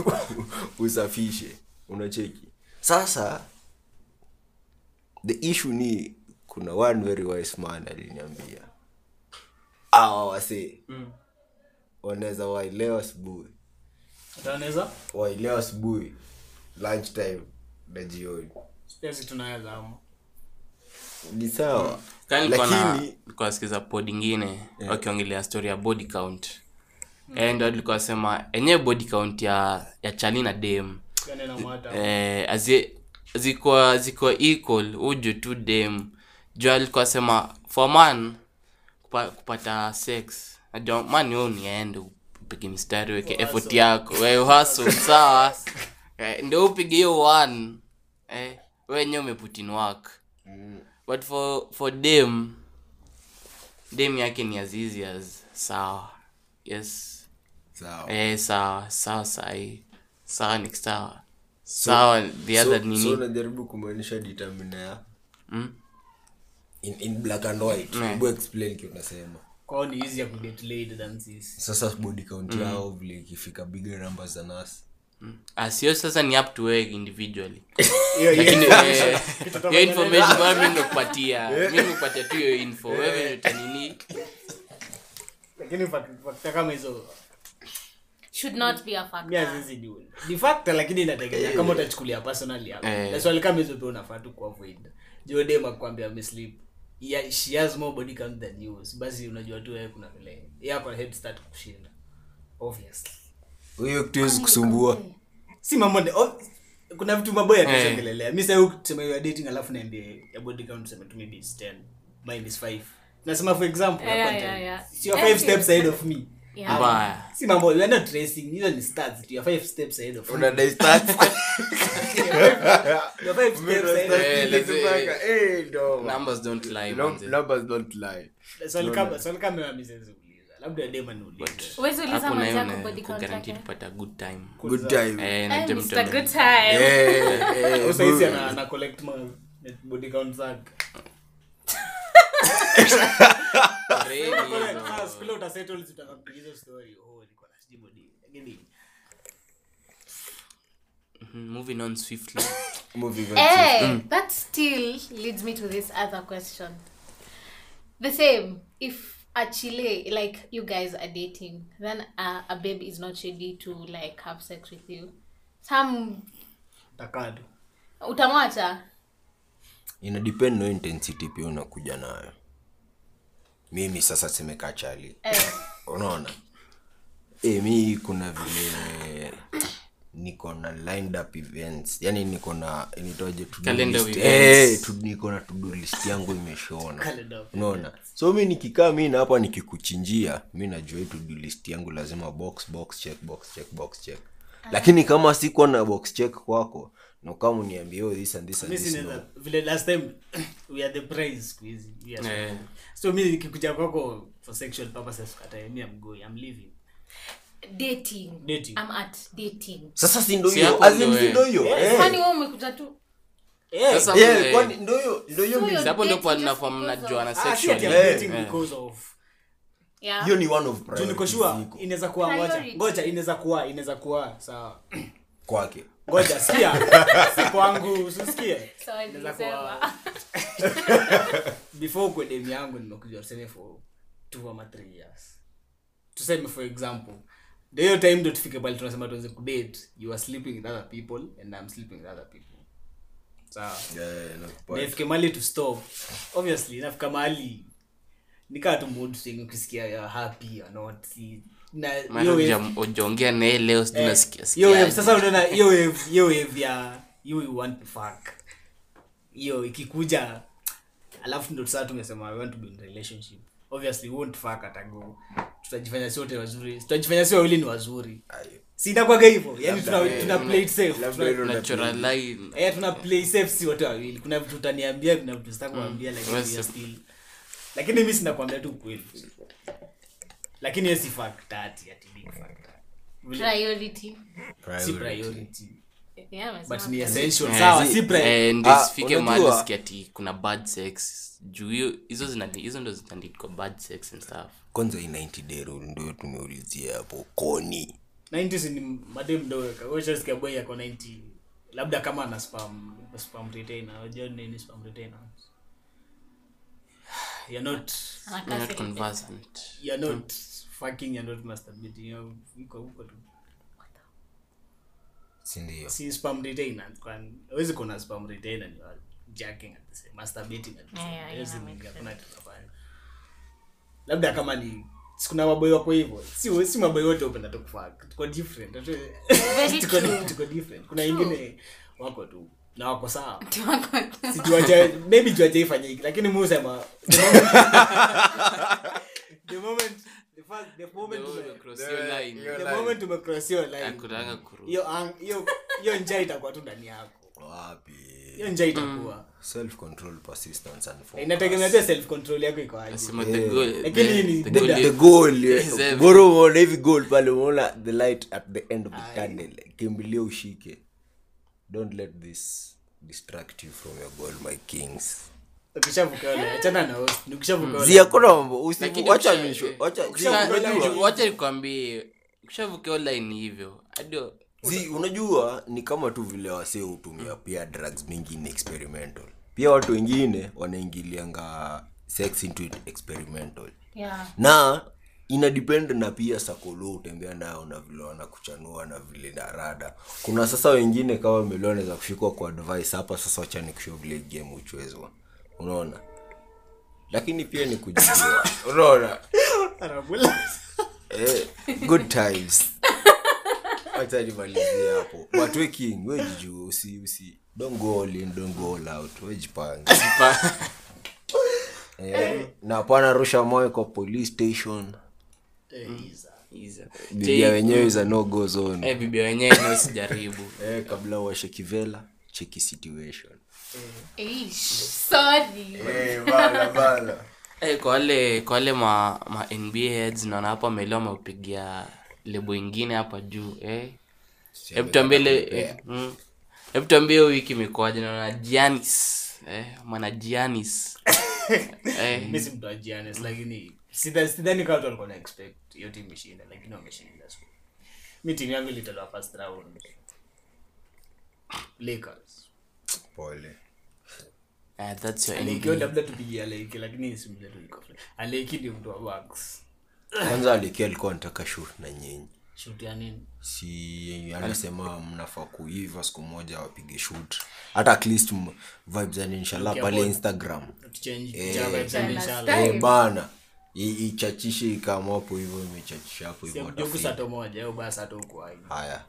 S2: [LAUGHS] usafishe unacheki sasa the issue ni kuna one very wise man aliniambia awa wasee
S5: Mm.
S2: wanaweza waelewa asubuhi
S5: Tunaweza?
S2: waelewa asubuhi lunch time na jioni
S5: Sisi tunaweza ama.
S2: ni sawa
S1: Kani nilikuwa Yaani na-
S2: Lakini-
S1: nilikuwa nasikiza pod ingine wakiongelea story ya body count Eh, ndo alikuwa asema enyewe body count ya ya chali na dem
S5: Tuende na mwata.
S1: eh, azi- ziko ziko equal uju tu dem jo alikuwa asema for man kupa, kupata sex najua man yo niende upige mstari weke effort yako we uhaso sawa eh, ndio upige hiyo one eh, we wenyewe umeputin work but for for dem dem yake ni as easy as sawa yes
S2: sawa
S1: eh, sawa sawa sahi sawa ni sawa sawa the
S2: so,
S1: other
S2: so
S1: nini
S2: najaribu kumaanisha determina ya
S1: Mm.
S2: in, in black and white
S1: Mm.
S2: hebu explain kitu unasema
S5: Kwao ni easy ya kuget laid than sisi.
S2: sasa body count
S1: Mm.
S2: yao vile ikifika bigger numbers than us
S1: Ah, sio sasa ni up to wewe
S5: [LAUGHS]
S1: individually
S5: Hiyo- hiyo-
S1: lakini eh,
S5: [LAUGHS] Kitu
S1: hiyo information bado mimi
S5: [LAUGHS]
S1: nakupatia mimi nakupatia tu hiyo info wewe ndio nini
S5: Lakini fak- fakta kama hizo
S4: should not be a factor.
S5: mi hazizidi ule. Ni factor lakini inategemea kama utachukulia personally hapo.
S1: Eh.
S5: Na swali kama hizo pia unafaa tu kuavoid. Jio dem akwambia amesleep. Yeah, she has more body count than yours. Basi unajua tu wewe kuna vile. Yeye ako na head start kushinda. Obviously.
S2: hiyo tuwezi kusumbua
S5: Si mambo ni oh, kuna vitu maboya
S1: Eh.
S5: tunaongelelea. Mimi sasa kusema you are dating alafu niambie ya body count sema tu maybe is 10, mine is 5. Nasema for example,
S4: Yeah,
S5: hapo
S4: yeah,
S5: nitaenda.
S4: yeah.
S5: Si you are five
S4: Eh,
S5: steps ahead of me.
S4: Yeah.
S1: mbaya
S5: Si mambo, you are not racing. Hizo ni stats. tu, You are five steps ahead of me.
S1: [LAUGHS]
S2: unadai stats.
S5: You are five steps ahead of me.
S1: Eh, let's say-
S2: Unataka, eh, ndo.
S1: numbers don't lie
S2: Num-
S1: manze.
S2: numbers don't lie.
S5: swali kama swali kama ya mizenzi uliza labda dema niulize
S4: Huwezi uliza
S1: hapo
S4: manzi
S1: nayo
S4: yako body eh?
S1: na
S4: count
S1: guarantee
S4: yake.
S1: kupata good time
S2: Good time.
S1: eh
S4: Eh,
S1: na
S4: Mr.
S1: jam jam
S4: Good Time.
S2: Eh,
S1: [LAUGHS]
S2: eh,
S5: Au saizi
S2: bro.
S5: ana ana collect ma body count zake
S1: [LAUGHS] Already,
S5: Ah, siku ile uta settle zitaka kupigiza story oh nilikuwa na sijui body lakini
S1: mm, moving on
S4: [LAUGHS]
S1: swiftly
S2: Moving on.
S4: Eh, that still leads me to this other question. The same, if actually, like you guys are dating, then uh, a babe is not ready to like have sex with you. Some
S5: utakaa tu
S4: utamwacha.
S2: ina depend no intensity pia unakuja nayo mimi sasa semekaa chali
S4: Eh,
S2: unaona e, mi kuna vile niko na lined up events yani niko na inaitwaje to do
S1: Calendar
S2: list.
S1: of
S2: Eh,
S1: events.
S2: to- niko na to do list yangu imeshona
S5: Calendar of
S2: unaona so mi nikikaa mi na hapa nikikuchinjia mi najua hii to do list yangu lazima box box check box check box check lakini kama siko na box check kwako na kama uniambie oh, this and this and
S5: mimi
S2: this
S5: si
S2: no.
S5: naweza vile last time we are the prize siku hizi we are
S1: Eh.
S5: so mimi nikikuja kwako for sexual purposes kata mimi am going I'm leaving
S4: dating.
S5: Dating.
S4: I'm at dating.
S2: sasa si ndo
S1: Si
S2: hiyo
S1: hapo
S2: As in,
S1: ndo
S2: si
S1: we.
S2: ndo hiyo Eh,
S4: Kwani wewe umekuja tu?
S5: eh
S1: sasa
S2: eh,
S1: eh,
S2: kwani ndo hiyo ndo hiyo
S4: So
S2: mi-
S4: you're
S1: hapo
S4: dating
S1: ndipo
S4: just
S1: nafaa
S4: because of-
S1: mnajuana
S5: ah si ati I'm
S2: Eh.
S5: dating because of
S4: Yeah.
S2: hiyo ni one of priorities
S5: tuniko sure
S2: ziko
S5: inaweza kuwa ngoja
S4: Priority.
S5: ngoja inaweza kuwa inaweza kuwa sawa
S2: kwake
S5: ngoja sikia si kwangu usisikie
S4: Sorry,
S5: Inaweza
S4: sema.
S5: kuwa- [LAUGHS] before kwe demu yangu nimekuja tuseme for two ama three years tuseme for example the hiyo time ndo tufike pale tunasema tuanze kudate you are sleeping with other people and I'm sleeping with other people sawa
S2: Eh, nakupata.
S5: Na ifike mahali to stop obviously nafika mahali nikaa tu mood swing ukisikia you are happy or not si na hiyo wave-
S1: ujaongea naye leo sijui
S5: Eh,
S1: nasikia
S5: hiyo wave-
S1: sikiaje.
S5: sasa unaona hiyo wave- hiyo wave ya you you want to fuck hiyo ikikuja alafu ndo sasa tumesema we want to be in a relationship obviously we won't fuck atago tutajifanya si wote wazuri tutajifanya si wawili ni wazuri
S2: Aye.
S5: si inakwaga hivyo yani tuna,
S2: Labda, eh,
S5: tuna play it safe
S2: labda
S5: Tuna-
S2: hilo ndio
S1: natural line
S5: eh, tuna play safe si watu wawili kuna vitu utaniambia kuna vitu sitakuambia lakini
S1: Yes.
S5: we are still lakini mimi sinakwambia tu kweli lakini hiyo si faktati ati big fact.
S4: priority
S5: si priority
S4: yeah,
S5: but
S4: umesema.
S5: ni essential
S1: Eh,
S5: sawa
S1: zi-
S5: si priority
S1: eh, ndio
S2: Ah,
S1: isifike
S2: unajua-
S1: mahali usikie ati kuna bad sex juu hiyo- hizo zina hizo ndo zinaandikwa bad sex and stuff
S2: kwanza hii 90 day rule ndio tumeulizia hapo koni
S5: 90 ni madem ndoweka weshasikia boy yako 90 labda kama ana spam spam retainer unajua nini spam retainer you're not
S1: You're not
S4: [LAUGHS] Anakasirika.
S1: conversant
S5: you're not
S1: Hmm.
S5: fucking you're not masturbating you're uko uko tu
S2: sindio
S5: si spam retainer kwani hawezi kuna spam retainer ni wa- jacking at the same masturbating at the same
S4: Yeah,
S5: hawezi
S4: yeah,
S5: ni-
S4: makes
S5: hakuna kitu nafanya labda kama ni si kuna maboi wako hivyo si si maboi wote upenda tu kufuck tuko different
S4: Very
S5: [LAUGHS] tuko
S4: true.
S5: tuko different kuna wengine wako tu na wako sawa
S4: Tuwako-
S5: si tuwacha maybe tuwacha ifanye hiki lakini mimi husema the moment [LAUGHS] the moment the first the moment tume- the moment umecross your line
S1: akuranga kuru
S5: hiyo ang- hiyo hiyo njaa itakuwa tu ndani yako
S2: wapi
S5: hiyo njaa itakuwa
S2: self control persistence and
S5: Na
S2: focus.
S5: inategemea pia self control yako iko aje
S1: nasema
S2: Eh.
S1: the goal the-
S5: Lakini ni
S1: the
S5: dada.
S1: goal
S2: the
S1: is-
S2: goal eh,
S1: Deserve.
S2: bora umeona hivi goal pale umeona the light at the end of the tunnel kimbilia ushike don't let this distract you from your goal my kings
S5: ukishavuka wala achana na host nikishavuka wala
S2: ziakonombo
S1: Lakini
S2: wacha
S1: ukisha-
S2: misho
S1: eh,
S2: wacha
S1: ukisha-
S2: zi- unajua-
S1: unajua- wacha nikwambie ukishavukia online hivyo hadi [LAUGHS]
S2: zi unajua ni kama tu vile wasee hutumia pia drugs mingi ni experimental pia watu wengine wanaingilianga sex into it experimental
S4: Yeah.
S2: na ina depend na pia sakolo utembea nayo na vile wanakuchanua na vile darada kuna sasa wengine kama milioni za kushikwa kwa advice hapa sasa wacha nikushow vile game uchezwa unaona lakini pia ni
S1: [LAUGHS]
S2: kujijua unaona
S5: anakula.
S2: eh, good times wacha nimalizie hapo but we king we jijue usi usi don't go all in don't go all out we jipange eh, na hapana rusha moyo kwa police station
S5: Eh,
S2: bibia wenyewe is a no go zone
S1: Eh, bibia wenyewe ndio sijaribu
S2: eh, kabla uwashe kivela cheki situation
S4: Eish, sorry.
S1: Eh, kwa wale kwa wale ma, ma nba heads naona hapo amelewa ameupigia lebo ingine hapa juu eh hebu tuambie le eh, mm. hebu tuambie hiyo wiki imekuwaje naona Giannis eh mwana
S2: [LAUGHS]
S1: Giannis eh
S5: mimi si mtu wa Giannis, lakini sidha- sidhani kama watu walikuwa na expect hiyo timu ishinda lakini wameshinda so mi timu yangu ilitolewa first round Lakers
S2: pole
S1: eh, that's your
S5: Aleki,
S1: NBA
S5: labda tupigie Aleki, lakini si mzee tu iko free. Aleki ndio mtu wa Bucks
S2: kwanza alikia alikuwa anataka shut na nyinyi
S5: shoot ya nini
S2: si anasema mnafaa kuiva siku moja wapige shut hata at least m- vibes and inshallah pale instagram
S5: to change Java vibes and inshallah
S2: eh, bana I- ichachishe ikaamua hapo hivyo imechachisha hapo hivyo
S5: Mjoku
S2: watafi-
S5: sato moja au basi hata huko hai.
S2: haya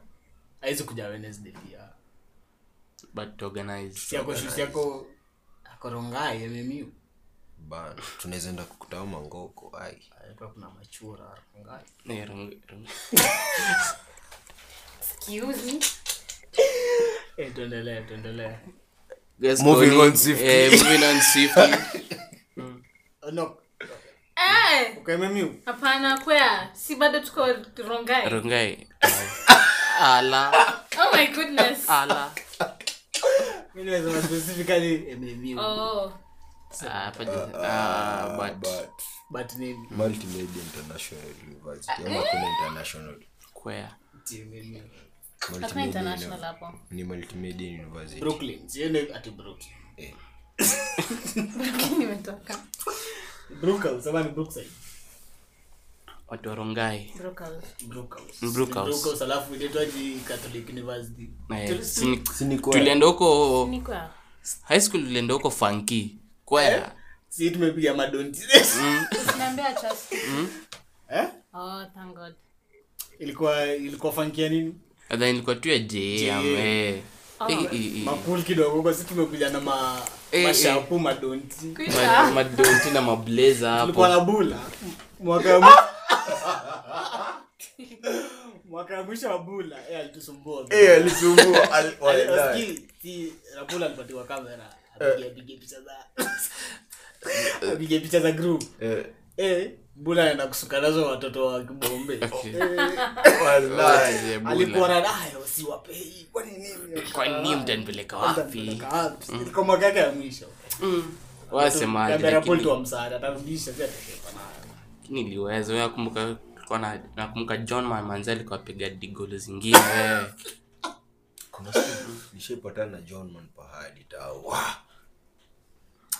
S5: Haizi kuja Wednesday pia.
S1: but organized
S5: Si yako shuti yako akorongai MMU.
S2: bana tunaweza enda kukutana mangoko ai
S5: Alikuwa kuna machura akorongai.
S1: Eh, rung- rung-
S4: Excuse me.
S5: Eh, tuendelee tuendelee.
S1: Yes,
S2: Moving
S1: Colin.
S2: on swiftly.
S1: Eh, moving on
S2: [LAUGHS]
S1: swiftly.
S5: Oh, no.
S4: Eh,
S5: Kwa MMU.
S4: hapana kwea si bado tuko rongai
S1: Rongai. Ala,
S4: oh my goodness
S2: Ah.
S1: ala.
S5: Mimi nimesema specifically MMU.
S4: oh
S1: Ah, but, ah, but
S2: but
S5: But ni
S2: multimedia international university ama kuna international
S1: kwea.
S5: MMU.
S4: hakuna
S2: multimedia
S4: international hapo
S2: ni multimedia university
S5: Brooklyn. Siende ati Brooklyn.
S2: eh.
S4: nimetoka
S5: Brookhouse, ama ni Brookside?
S1: Watu wa Rongai.
S4: Brookhouse.
S5: Brookhouse.
S1: Ni Brookhouse.
S5: Brookhouse alafu inaitwaje Catholic University.
S1: Eh, si-
S2: si ni kwaya.
S1: tulienda huko
S4: Ni kwea?
S1: high school tulienda huko funky
S5: Eh?
S1: kwea
S5: Si tumepiga madonti.
S1: Mm.
S4: Usiniambie trust.
S2: Hmm?
S5: Eh?
S4: Oh, thank God.
S5: [LAUGHS] Ilikuwa ilikuwa funky ya nini?
S1: nadhani ilikuwa tu ya JA, ama, eh.
S5: Ah.
S1: Eh, eh, eh.
S5: makul kidogo kwa sisi tumekuja na ma
S1: Eh,
S5: mashapu madonti
S1: Ma-
S5: Ah.
S4: Kuita.
S1: madoti na mableza
S5: tulikuwa
S1: hapo
S5: na bula mwaka [LAUGHS] mwaka ya mwisho wa bula eh, alitusumbua
S2: Eh, alisumbua, al-
S5: Ali-
S2: wallahi.
S5: wasikii, si rabula alipatiwa kamera
S1: Eh.
S5: apige- apige picha za [LAUGHS] apige picha za group
S2: Eh,
S5: eh, bula anaenda kusuka nazo watoto wa
S1: [LAUGHS]
S5: kibombe
S1: Okay.
S2: wallahi.
S1: Aje, Bula.
S5: Oh. Eh, alikuwa na dayo siwapei kwani nini
S1: kwani mtanipeleka wapi Mm.
S5: Mtanipeleka wapi? Ilikuwa mwaka yake ya mwisho
S1: wasemaje
S5: Kamera
S1: lakini
S5: poli tu wa msaada atarudisha si atakepa nayo.
S1: niliweza wewe nakumbuka kulikuwa na- nakumbuka john manmanzi alikuwa apiga digolo
S5: [LAUGHS]
S1: zingine Eh. wewe
S2: Kuna siku nishaipatana na john man pahali tawa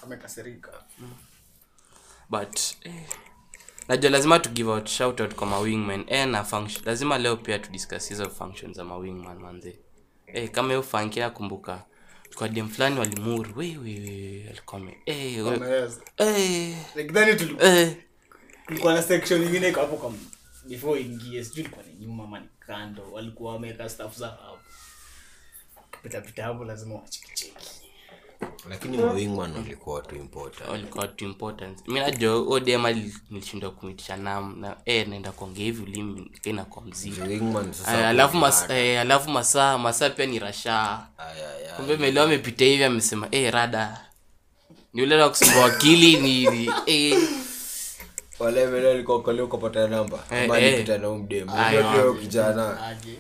S5: amekasirika
S1: but eh, najua lazima tu give out shout out kwa mawingman eh, na function lazima leo pia tudiscuss hizo function za mawingman manze eh, kama hiyo fanki nakumbuka kwa dem fulani walimuru wewe alikuwa ame- eh, we-
S5: Ameeleza.
S1: eh,
S5: Like, then tuli-
S1: eh.
S5: kulikuwa na section ingine iko hapo kwa before ingie sijui ilikuwa ni nyuma ama ni kando walikuwa wameweka staff za hapo pitapita hapo lazima wachekicheki
S2: lakini mawingman walikuwa watu important
S1: walikuwa watu important mi najua odem nilishindwa kumitisha nam na eh, naenda kuongea hivi ulimi kainakwa mzito
S2: wingman
S1: Aya,
S2: sasa
S1: alafu mas, eh, alafu masaa masaa pia ni rashaa
S2: Aya, aya.
S1: kumbe meleo amepita hivi amesema eh, rada ni ule wa kusumbua akili ni, ni eh,
S2: wale vile alikuwa kale ukapata namba
S1: Eh,
S2: ama
S1: eh.
S2: alipita na mdemu
S1: Aya.
S2: ndio kijana
S5: aje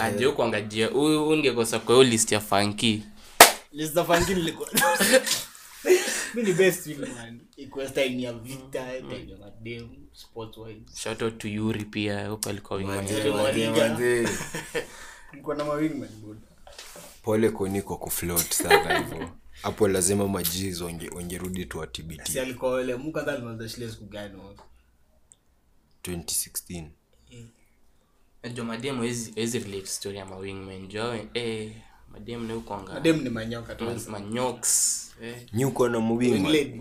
S1: aje kuangajia huyu ungekosa kwa hiyo list ya fanki
S5: lista fangi nilikuwa [LAUGHS] mi ni best wingman ikuwa time ya vita time ya mademu sports wise
S1: shout out to yuri pia huko alikuwa wingman.
S2: Manze, manze,
S5: Madiga.
S2: manze.
S5: nilikuwa na mawingman buda
S2: pole koni kwa kuflot sana hivyo hapo lazima majizo onge- ongerudi tu
S5: si
S2: watbt
S5: alikuwa wale mka hata alimaliza shule siku gani wewe?
S2: 2016
S1: najua mademu Eh, hawezi- hawezi relate story ya mawingman jua eh, mademu naukwanga
S5: mademu ni manyoka tu
S1: manyoks eh.
S2: nyi uko na mawingman
S5: Lady.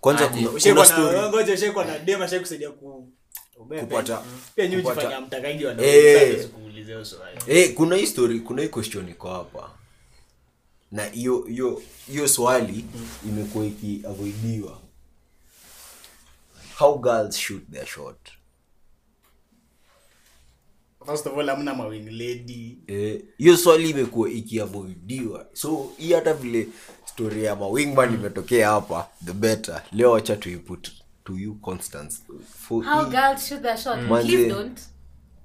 S2: kwanza
S1: Aje.
S2: kuna, kuna
S5: Ushaikuwa na-
S2: story
S5: ngoja ushaikuwa na dem ashakusaidia ku
S2: kupata
S5: pia nyi
S2: kupata-
S5: ujifanya mtagaji wa
S2: Eh.
S5: kuulizea swali
S2: Eh, kuna hii story kuna hii question iko hapa na hiyo hiyo hiyo swali imekuwa ikiavoidiwa how girls shoot their shot
S5: first of all hamna mawing lady
S2: Eh, hiyo swali imekuwa ikiavoidiwa so hii hata vile story ya mawingman imetokea hapa the better leo wacha tuiput to you constance for
S4: How
S2: hii-
S4: girls shoot their shot.
S2: Manze.
S4: Please don't.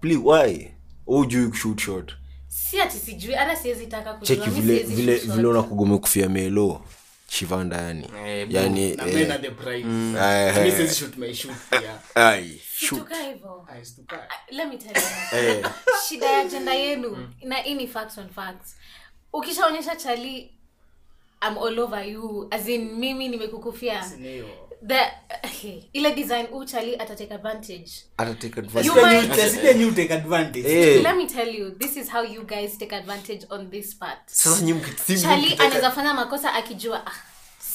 S2: please why ujui kushoot shot
S4: Si ati sijui, hata siwezi taka kujua.
S2: cheki
S4: Mi
S2: vile
S4: siwezi
S2: vile
S4: shoot shot.
S2: vile unakugome kufia melo shivanda yani
S1: Eh, bu-
S2: yani
S5: na
S2: eh,
S5: men are the prize
S2: Eh,
S5: Mimi
S2: eh.
S5: siwezi shoot my shoot pia
S2: ai, shoot.
S4: Situka hivyo.
S5: Ah, stuka.
S4: Let me tell you.
S2: [LAUGHS] Eh, Hmm.
S4: shida ya jenda yenu na hii ni facts on facts ukishaonyesha chali I'm all over you as in mimi nimekukufia
S5: Sineo.
S4: the okay. ile design huu chali atatake advantage
S2: ata take advantage.
S4: You might-
S5: Sasa sasa you take advantage
S2: Eh,
S4: let me tell you this is how you guys take advantage on this part
S2: sasa nyi mki- si
S4: chali
S2: mkitaka-
S4: anaweza fanya makosa akijua ah,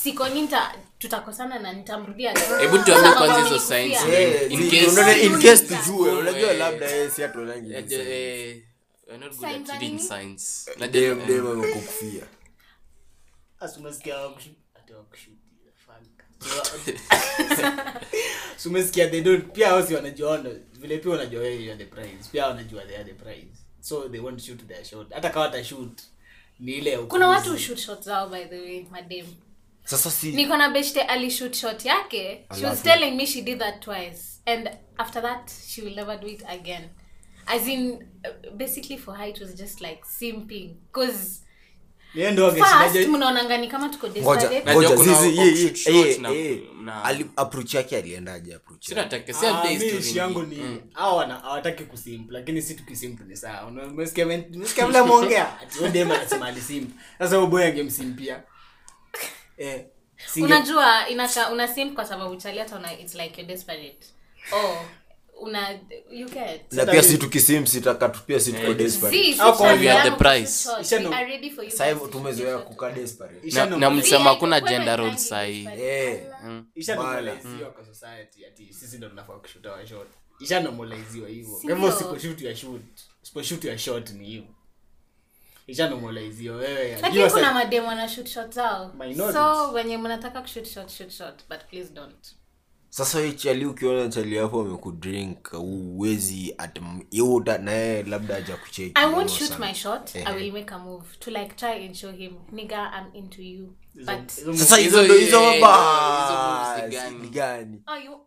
S4: siko nita tutakosana na nitamrudia
S1: hebu tuambie kwanza hizo signs
S2: Eh,
S1: in
S2: zi-
S1: case-
S2: unaona, in case tujue
S1: Eh,
S2: unajua labda yeye si atuonangi
S1: Eh,
S2: hizi.
S1: eh, we're not good
S4: Signs
S1: at
S4: are
S1: reading
S4: nini?
S1: signs.
S2: Dem-
S1: Najua-
S2: dem amekukufia.
S5: Sasa umesikia wakushoot ati wakushoot
S4: [LAUGHS]
S5: fuck So umesikia they don't pia wao si wanajiona vile pia wanajua wewe you are the prize pia wanajua they are the prize so they won't shoot their shot hata kama wata shoot ni ile ya
S4: kuna
S5: ukuzi.
S4: watu shoot shot zao by the way madem
S2: sasa si
S4: niko na beshte alishoot shot yake she was
S2: Alafu?
S4: telling me she did that twice and after that she will never do it again as in uh, basically for her it was just like simping cause
S5: Yeye ndo angeshindaje-
S4: first mnaonangani kama tuko
S2: ngoja
S4: desperate
S2: ngoja,
S1: Najua kuna
S2: zizi, yeye-
S1: offshoot
S2: yeye-
S1: shot na-
S2: yeye,
S1: na-
S2: ali- approach yake aliendaje approach
S1: Sina
S2: yake?
S1: taka- si
S5: Ah,
S1: hata hii
S5: mi
S1: story Mm.
S5: issue yangu
S1: ni-
S5: ni hawa wana- hawataki kusimp lakini si tukisimp ni sawa Una- umesikia men- umesikia
S1: [LAUGHS]
S5: vile ameongea Ati huyo dem anasema alisimp sasa huyo boy angemsimpia eh singe-
S4: unajua inaka una simp kwa sababu chali hata una it's like you're desperate oh una you get
S2: na pia si tukisim sitaka tu- pia si tuko
S1: Eh,
S2: desperate.
S4: see si
S5: Au kwa
S4: chali
S5: we are
S1: the
S4: yangu
S1: prize.
S4: shoot shot.
S5: Ishano.
S4: we are ready for you
S2: Sasa
S4: guys
S2: hivyo
S4: to
S2: tumezoea
S4: shoot shot.
S2: kukaa desperate
S5: Isha
S1: na-
S5: nom-
S1: na mlisema
S4: Yeah,
S1: kuna
S4: wewe
S1: gender
S4: rangi
S1: roles sahii
S4: different.
S2: Eh,
S5: isha
S2: Bala.
S4: Mm.
S5: normaliziwa kwa society ati sisi ndo tunafaa kushuta wa shot isha normaliziwa hivyo kwa hivyo
S4: Sindio?
S5: usiposhoot ya shot usiposhoot ya shot ni hivyo isha normaliziwa wewe
S4: lakini
S5: ajua sa-
S4: kuna mademu ana shoot shot zao
S5: Minorities.
S4: so wenye mnataka kushoot shot shoot shot but please don't
S2: sasa we chali ukiona chali hapo amekudrink uwezi atyuda naye labda haja kucheki
S4: I won't shoot
S2: sana.
S4: my shot. I
S5: Eh.
S2: Ehe.
S4: will make a move to like try and show him, nigga, I'm into you. But
S2: sasa hizo
S1: Hizo-
S2: ndo hizo
S1: eh,
S2: mabaa
S1: hizo moves ni gani?
S2: ni gani
S4: oh, you. Uh,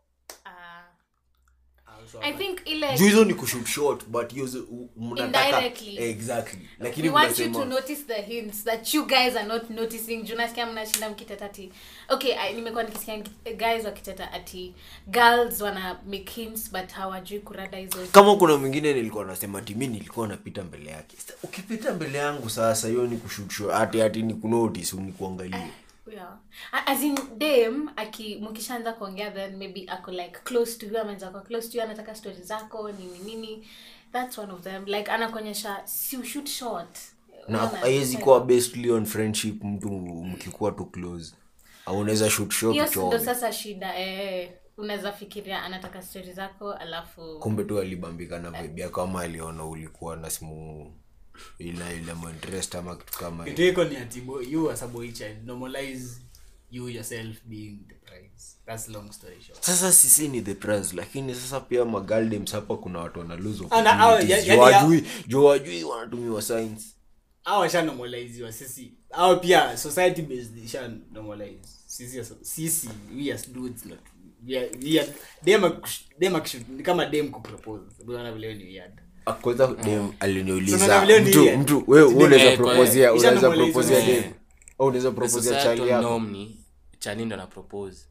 S2: Ah,
S4: I think ile
S2: juu hizo ni kushoot shot but hiyo zi- u- mnataka
S4: Indirectly.
S2: exactly lakini
S4: we want you to
S2: mnasema
S4: notice the hints that you guys are not noticing juu nasikia mnashinda mkiteta ati okay I- nimekuwa nikisikia niki- guys wakiteta ati girls wana make hints but hawajui kurada hizo
S2: kama kuna mwingine nilikuwa nasema timi nilikuwa napita mbele yake Sa- ukipita mbele yangu sasa hiyo ni kushoot shot ati ati ni kunotice ni kuangalia
S4: yeah. A- as in dem aki mkishaanza kuongea then maybe ako like close to you ameanza kwa close to you anataka story zako nini nini that's one of them like anakuonyesha si ushoot short
S2: na
S4: Unaona?
S2: haiwezi kuwa based on friendship mtu mkikuwa tu close au unaweza shoot shot
S4: hiyo ndo
S2: uchoome
S4: sasa shida eh, unaweza fikiria anataka stori zako alafu
S2: kumbe tu alibambika na vibe yako ama aliona ulikuwa na simu ila ile interest ama kitu kama hiyo
S5: kitu iko ni ati bo- you as a boy child normalize you yourself being the prize that's long story short
S2: sasa sisi ni the prize lakini sasa pia magaldems hapa kuna watu wanalose
S5: Ah, na- ah, ya-
S2: opportunities.
S5: yaani
S2: Juu
S5: ya-
S2: wajui juu wajui wanatumiwa science
S5: hao washanomaliziwa sisi hao pia society based ishanomalize sisi as- sisi we as dudes not we are, we are, dem ak- dem akishoot- ni kama dem kupropose unaona vile ni weird
S2: Ah, kwanza dem
S5: Tunaona
S2: aliniuliza
S5: vile ni
S2: mtu
S5: yeye.
S2: mtu wewe wewe
S5: Dem-
S2: unaweza
S1: Eh, kwa-
S2: proposea
S5: eh,
S2: unaweza
S5: ishanomalize
S2: proposea
S5: hizo.
S2: dem au unaweza
S1: The
S2: proposea
S1: societal
S2: chali yako
S1: norm ni chali ndo ana propose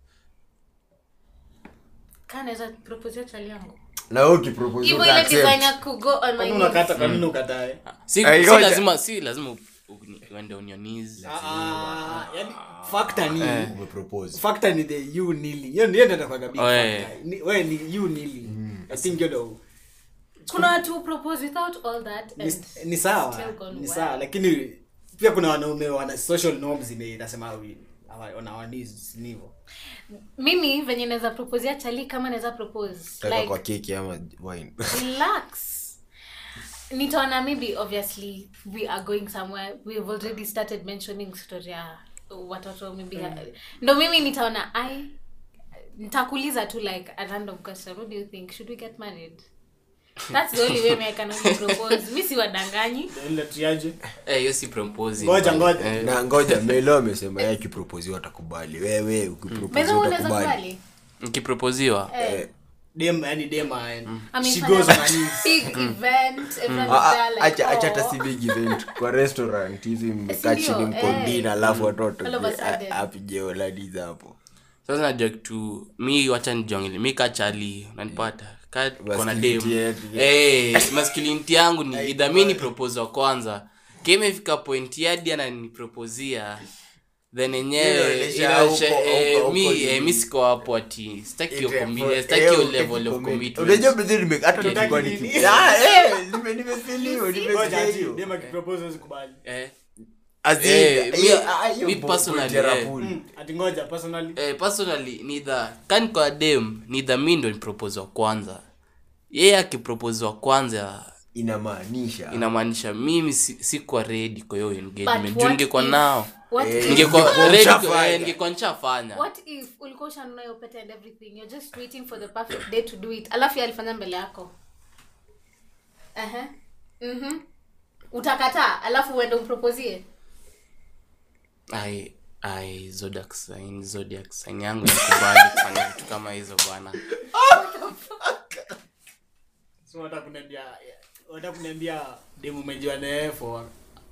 S4: kaa naweza proposio chali yangu
S2: na wewe ukipropose
S4: hivo ile design ya
S2: unaaccept
S4: kugo on my
S5: Kwani
S4: knees.
S5: unakata kwa nini ukatae
S1: si, si
S2: Eh, ngoja.
S1: lazima si lazima u- u- uende on your knees
S5: Ah, yani factor ni
S2: Eh. umepropose
S5: factor ni the you kneeling hiyo ndio ndio kwa gabi
S1: Oe.
S5: wewe ni you kneeling i think you know
S4: kuna watu who propose without all that and
S5: ni- ni sawa
S4: still gone
S5: ni
S4: well.
S5: sawa lakini pia kuna wanaume wana social norms ime nasema we- hawa- on our knees ni hivyo
S4: mimi venye naweza proposea chali kama naweza propose
S2: taka kwa
S4: like
S2: keki ama
S4: [LAUGHS]
S2: wine
S4: relax nitaona maybe obviously we are going somewhere we've already started mentioning story ya watoto maybe
S5: Mm.
S4: ndo mimi nitaona i nitakuuliza tu like a random question what do you think should we get married that's the only way me i can only
S5: [LAUGHS]
S4: propose mi siwadanganyi
S5: ndio tuyaje
S1: Eh, hiyo si proposing
S5: ngoja ngoja
S1: Eh,
S2: na ngoja melo amesema yeye akiproposiwa atakubali wewe ukipropose
S4: meza unaweza
S2: utakubali Eh.
S4: kubali Eh.
S1: mkiproposiwa
S5: dem yani dem
S1: Mm.
S5: and yaani she
S4: Amefanya
S5: goes on her
S4: [LAUGHS]
S5: knees
S4: big event everyone
S2: Ah,
S4: is
S2: ah,
S4: there like,
S2: acha acha
S4: "Oh."
S2: hata si big event kwa
S4: [LAUGHS]
S2: restaurant hizi mmekaa
S4: ndio,
S2: chini mko
S4: eh.
S2: dinner alafu watoto ah,
S4: All of a sudden.
S2: apige oladiza hapo
S1: sasa najua kitu mi wacha nijongele mi kachali nanipata kona
S2: Masculinity yetu.
S1: maskilinti yangu
S5: [LAUGHS]
S1: ni idhamini propose wa kwanza kimefika pointi yadi ananipropozia then enyewe
S2: Inaonyesha
S1: inaonyesha,
S2: huko,
S1: eh,
S2: huko,
S1: mi-
S2: huko
S1: eh,
S2: ni-
S1: mi siko hapo ati sitaki hiyo
S5: eh,
S1: commitment, sitaki hiyo level of commitment.
S2: unajua mzee nime- hata
S1: [LAUGHS]
S2: nilikuwa
S5: Unataka nini?
S2: niki- Ah, eh, nime- nimefiliwa,
S5: ngoja aje
S2: nimefiliwa.
S5: dem akipropose hawezi kubali
S1: Eh,
S2: As in,
S1: Eh, mi-
S2: hiyo- ah, hiyo
S1: mi
S2: bo-
S1: personally,
S2: botera
S1: eh.
S2: pool.
S5: Mm, ati ngoja personally
S1: eh, personally nidha kan kwa dem nidha mi ndo nipropose wa kwanza yeye akipropose wa kwanza Ah.
S2: inamaanisha
S1: inamaanisha mimi si- sikuwa redi kwa hiyo engagement
S4: But
S1: juu
S4: what
S1: ningekuwa
S4: if-
S1: nao
S4: what
S2: Eh,
S4: if-
S1: ningekuwa
S2: Ungekuwa
S1: ready kwa-
S2: ushafanya.
S1: eh, ningekuwa nishafanya
S4: what if ulikuwa ushanunua hiyo pete and everything you're just waiting for the perfect day to do it alafu yeye alifanya mbele yako Ehe. Mhm. utakataa alafu uende umpropozie
S1: ai ai zodiac sign zodiac sign yangu nikubali [LAUGHS] kufanya vitu kama hizo bwana
S5: so unataka kuniambia unataka kuniambia dem umejua naye for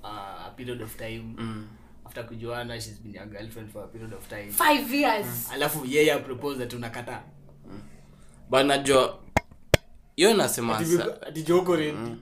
S5: uh, a period of time
S1: Mm.
S5: after kujuana she's been your girlfriend for a period of time
S4: five years
S5: alafu yeye apropose ati unakataa
S1: bana najua hiyo nasema sa-
S5: ati joko ready
S1: Mm.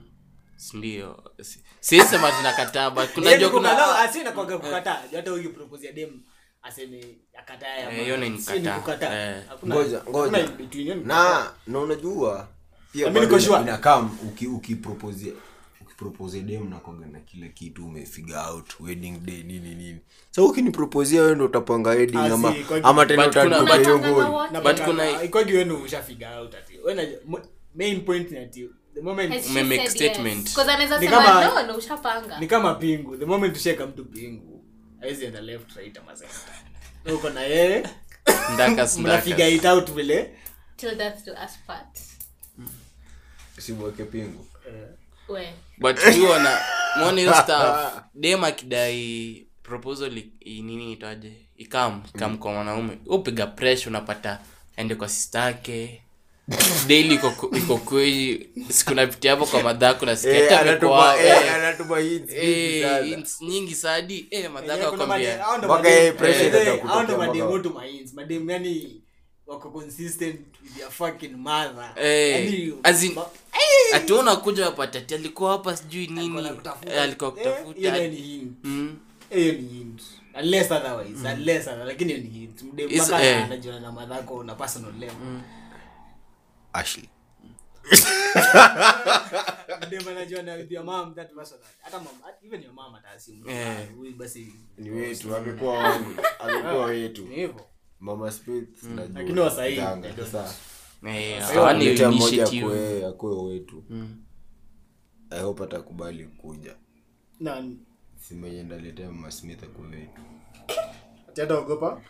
S1: ndio Si- siwezi sema tunakataa but kunajua Yaani kuna Mm.
S5: asinakwanga kukataa hata huyu propose ya dem aseme akatae ama-
S1: Eh, hiyo ni
S5: si ni
S1: kukataa.
S5: kukataa.
S1: Eh.
S5: Hakuna-
S2: Ngoja, ngoja.
S5: hakuna in between, hiyo ni kukataa.
S2: na na unajua pia
S5: Na mimi
S2: bado
S5: niko sure.
S2: inakam uki- ukipropose ukipropose dem nakwaga na kila kitu umefiga out wedding day nini nini sa ukinipropozia wewe ndo utapanga wedding
S5: Ah,
S2: ama
S5: si, kwa-
S2: ama tena
S1: But kuna-
S2: utanipa hiyo
S4: Unapangana
S2: goal.
S4: wote.
S5: Na
S1: But
S5: baka-
S1: kuna-
S5: ikwagi wewe ndio ushafiga out ati wewe na- mo- main point ni ati the moment
S4: Has she
S1: Umemake
S4: said
S1: statement.
S4: yes? 'Cause anaweza
S5: Ni
S4: sema
S5: kama-
S4: no na ushapanga
S5: ni kama pingu the moment usheka mtu pingu hawezi enda left right ama center. Wewe uko na yeye
S1: Ndaka, [LAUGHS]
S5: mna figure
S1: ndaka.
S5: it out vile
S4: till death do us part
S2: simweke pingu
S4: we
S1: but
S5: [LAUGHS]
S1: uona mwone hiyo staff dem akidai proposal i- i- nini itaje ikam
S5: Mm.
S1: ikam kwa mwanaume upiga pressure unapata ende kwa sista yake daily iko ku- iko kwei siku napitia hapo kwa madhako
S2: Eh,
S1: nasikia
S2: anatuma- eh, anatuma hints
S1: Eh,
S2: nyingi sana.
S1: nyingi sadi eh, madhako
S5: Yenyewe kuna made-
S1: akwambia
S5: hao ndo
S2: Mpaka
S5: mademu-
S2: yeye pressure
S5: eh,
S2: inataka
S5: eh, hao ndo
S2: kutokea
S5: mademu
S2: mpaka-
S5: wetu mains mademu yani wako consistent with their fucking mother
S1: Eh,
S5: Yani,
S1: as in- Eh,
S5: ba-
S1: atuona kuja wapatati alikuwa hapa sijui
S5: alikuwa
S1: nini
S5: anakutafuta.
S1: Eh, alikuwa
S5: Eh, hiyo ni
S1: kutafuta
S5: hint.
S1: Mm.
S5: hiyo ni hint unless otherwise unless other- lakini hiyo ni hint Mdemu
S1: Is-
S5: mpaka
S1: Mm. eh. Mm.
S5: anajuana na madhako na personal level
S2: Ashley.
S5: Mdemu anajuana with your mom that personal hata mom even your mom atasimu
S1: Eh.
S5: huyu basi
S2: ni wetu amekuwa wangu
S1: [LAUGHS]
S2: amekuwa wetu
S5: ni hivyo
S2: mama Smith,
S1: Mm.
S2: najua.
S5: Lakini wa sahi,
S2: Tanga.
S5: I don't
S2: Sasa,
S1: Eh,
S5: Sasa
S1: hawana hiyo
S2: nimetea mmoja
S1: initiative. Mm.
S2: akue- akue wetu I hope atakubali kuja
S5: na
S2: simenye ndaletea mama smith akue wetu
S5: tenda ogopa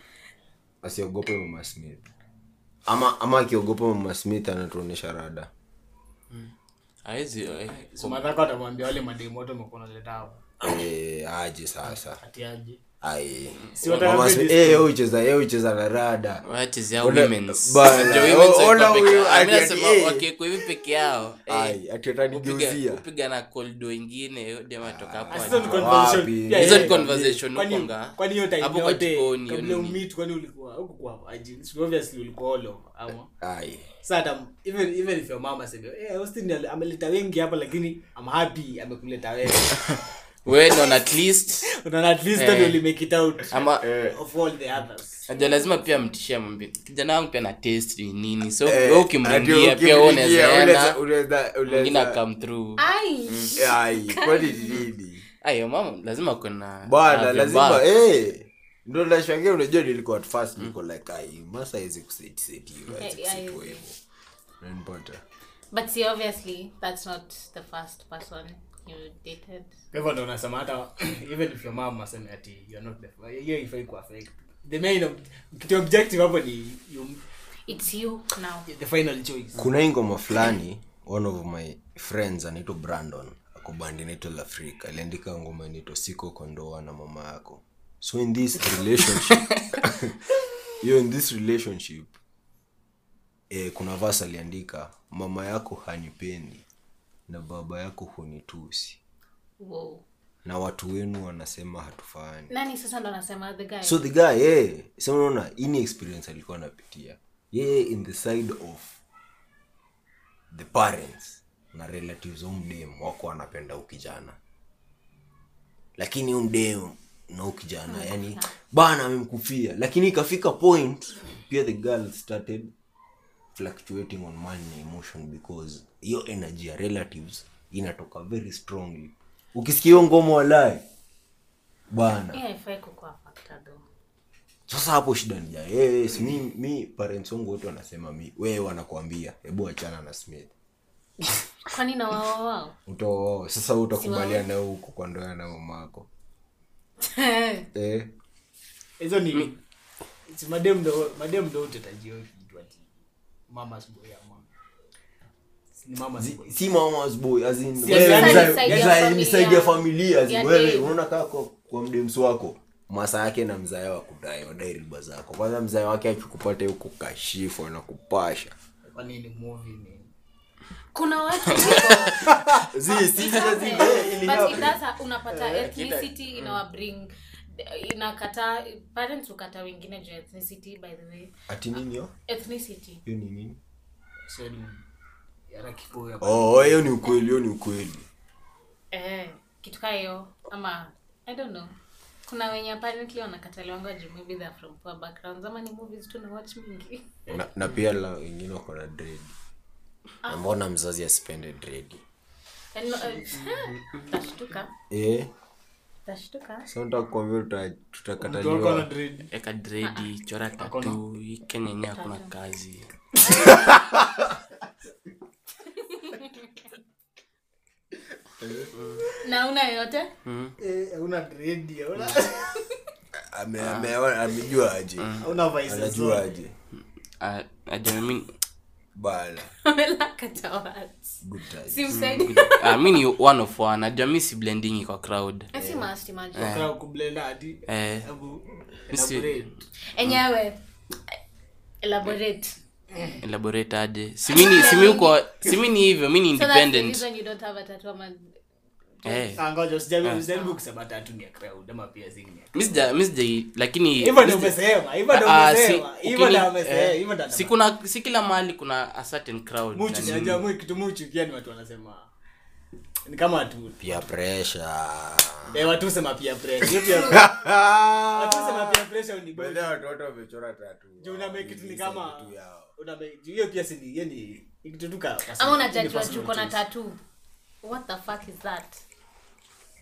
S2: asiogope mama smith ama ama akiogopa mama smith anatuonyesha rada
S1: Hawezi, eh,
S5: so madhako atamwambia wale mademu wote wamekuwa wanaleta hapa
S2: Eh, aje sasa
S5: atiaje
S2: Aye.
S5: Si wataka
S2: Mama
S5: kweli
S2: Smith-
S5: story.
S2: eh, yeye hucheza yeye hucheza na rada
S1: wachezea
S2: Ona-
S1: women's.
S2: bala.
S1: [LAUGHS] Ndio women's
S2: O- ona
S1: walikuwa peke
S2: huyu
S1: yao. Mimi
S2: ati-
S1: nasema
S2: eh.
S1: wakiwekwa hivi peke yao eh,
S2: Aye, ati
S1: upiga-
S2: atanigeuzia
S1: upiga na eh, koldo ingine yo dem atoka hapo
S5: Hizo ni
S1: aje.
S5: Ah, conversation-
S2: Wapi?
S5: Yeah, yeah,
S1: hizo ni
S5: yeah.
S1: conversation
S5: Kwani-
S1: huko nga.
S5: kwani hiyo time
S1: Hapo kwa
S5: yote,
S1: jikoni,
S5: kabla
S1: hiyo nini.
S5: umeet, kwani ulikuwa hukukuwa hapa, aje, si obviously ulikuwa all over, ama?
S2: Aye.
S5: Sasa hata- even- even if your mama aseme, "Eh, Austin al- ameleta wengi hapa lakini I'm happy amekuleta wewe."
S1: Wewe ndio na at least
S5: [LAUGHS] Unaona, at least
S1: Eh.
S5: ndio uli make it out
S1: ama
S5: of all the others.
S1: Najua lazima pia mtishie mwambie kijana wangu pia na taste ni nini so
S2: Eh,
S1: wewe ukimringia
S2: ati
S1: pia wewe unaweza
S2: ukimringia, unaweza-
S1: enda
S2: unaweza-
S1: mwingine
S2: unaweza-
S1: akam through
S4: ai
S1: Mm.
S2: Ai, kwani ni nini
S1: ayo mama lazima kuna
S2: bwana lazima eh, ndo nashangia unajua nilikuwa at first
S1: Mm.
S2: niko like ai masa hawezi kusetisetiwa hawezi
S4: Eh, haiwezi.
S2: kusetiwa hivyo nanipata
S4: but see obviously that's not the first person you dated
S5: Kwa hivyo ndio unasema hata [CLEARS THROAT] even if your mama aseme ati you're not the- hiyo haifai kuaffect. The main ob- kitu objective hapo ni you-
S4: it's you now
S5: the final choice.
S2: kuna hii ngoma fulani one of my friends anaitwa brandon ako band inaitwa la afrika aliandika ngoma inaitwa siko kondoa na mama yako so in this relationship [LAUGHS] hiyo in this relationship eh, kuna vas aliandika mama yako hanipendi na baba yako hunitusi
S4: Wow.
S2: na watu wenu wanasema hatufaani
S4: nani sasa ndo anasema the guy
S2: so the guy yeah, so unaona hii ni experience alikuwa anapitia yeye in the side of the parents na relatives wa mdem wako anapenda ukijana lakini huyu mdem na ukijana yani bana amemkufia lakini ikafika point pia the girl started fluctuating on money emotion because hiyo energy ya relatives inatoka very strongly ukisikia hiyo ngomo walae bana
S4: yeah ifai kukua factor though
S2: sasa hapo shida nija yeye si mi, mi parents wangu wote wanasema mi wewe wanakuambia hebu achana na smith
S4: kwani na wao
S2: [LAUGHS]
S4: wao
S2: utoa wao sasa wewe utakubaliana nao huko kwa ndoa na mamako eh,
S5: hizo ni si madem ndo madem ndo utetajio kitu ati mama siboy ama Si ni mama siboy
S2: si mama's boy as in
S5: Si
S2: wewe
S5: asani
S2: mzae-
S4: saidia
S2: mzae-
S4: familia.
S2: ni saidia familia as in,
S4: Ya
S2: wewe
S4: demu.
S2: unaona kaa kwa, kwa mdemsi wako masa yake na mzae wakudai wadai riba zako kwanza mzae wake akikupata huko kashifu anakupasha
S5: kwa nini movie ni
S4: kuna watu
S2: Zi- si-
S4: but it does ha- unapata
S2: Eh,
S4: ethnicity
S2: mm.
S4: inawabring inakataa parents hukata wengine juu ya ethnicity by the way
S2: ati nini hiyo
S4: ethnicity
S2: hiyo ni nini
S5: so ni yara kipo ya
S2: oh hiyo ni ukweli hiyo ni ukweli
S4: eh, kitu kaa hiyo ama i don't know kuna wenye apparently wanakataliwanga juu maybe they're from poor backgrounds ama ni movies tu na watch mingi
S2: na, na pia la wengine wako na dredi na mbona mzazi asipende dredi
S4: And,
S2: [LAUGHS]
S4: eh, tashtuka
S2: eh,
S4: tashtuka
S2: sasa nataka kuambia tuta-
S5: mtu wako ana
S2: tutakataliwa
S5: dread
S1: eka dredi chora tatu kenya yenyewe hakuna kazi
S4: na una yoyote
S2: [LAUGHS]
S5: eh una dread ya una
S2: ame- ameona- amejua aje
S5: [LAUGHS] Hauna vices
S2: anajua
S5: zote.
S2: aje
S1: I, I don't mean
S2: bana
S4: Amelakata words.
S2: good times. [LAUGHS]
S4: Simsaidi.
S1: I mean you ah, one of one. Najua mi si blendingi kwa crowd.
S4: Na si
S2: Eh.
S4: must imagine.
S5: Kwa kublend hadi,
S1: Eh,
S5: hebu
S1: Misi-
S5: elaborate.
S4: Enyewe. Elaborate.
S1: elaborate aje. Si mimi si mimi uko si mimi ni hivyo, mimi ni
S4: So that's the
S1: independent.
S4: reason you don't have a tattoo ama
S1: Eh.
S5: Ah, ngoja, usijaribu- usijaribu kusema tatu ni ya crowd, ama pia zingi ni ya-
S1: Mimi sija mimi sija lakini
S5: Hivyo ndo
S1: mimi sija-
S5: umesema, hivyo ndo
S1: Ah, si-
S5: umesema, hivyo ndo
S1: ukini-
S5: umesema,
S1: eh,
S5: hivyo ndo
S1: si
S5: anasema.
S1: kuna si kila mahali kuna a certain crowd.
S5: Muchu,
S1: yani.
S5: unajua mu- kitu muchu pia ni watu wanasema ni kama watu
S2: pia
S5: [LAUGHS]
S2: pressure
S5: eh, watu husema pia pressure. Hiyo
S1: [LAUGHS]
S5: pia- watu husema pia pressure ni good.
S2: watoto wamechora tatu
S5: Juu una make it ni kama-
S2: Vitu yao.
S5: Una make- juu hiyo pia si ni- hiyo ni- ni kitu tu ka-
S4: ama
S5: ni
S4: unajajua
S5: personal
S4: juu kona
S5: choice.
S4: tattoo. What the fuck is that?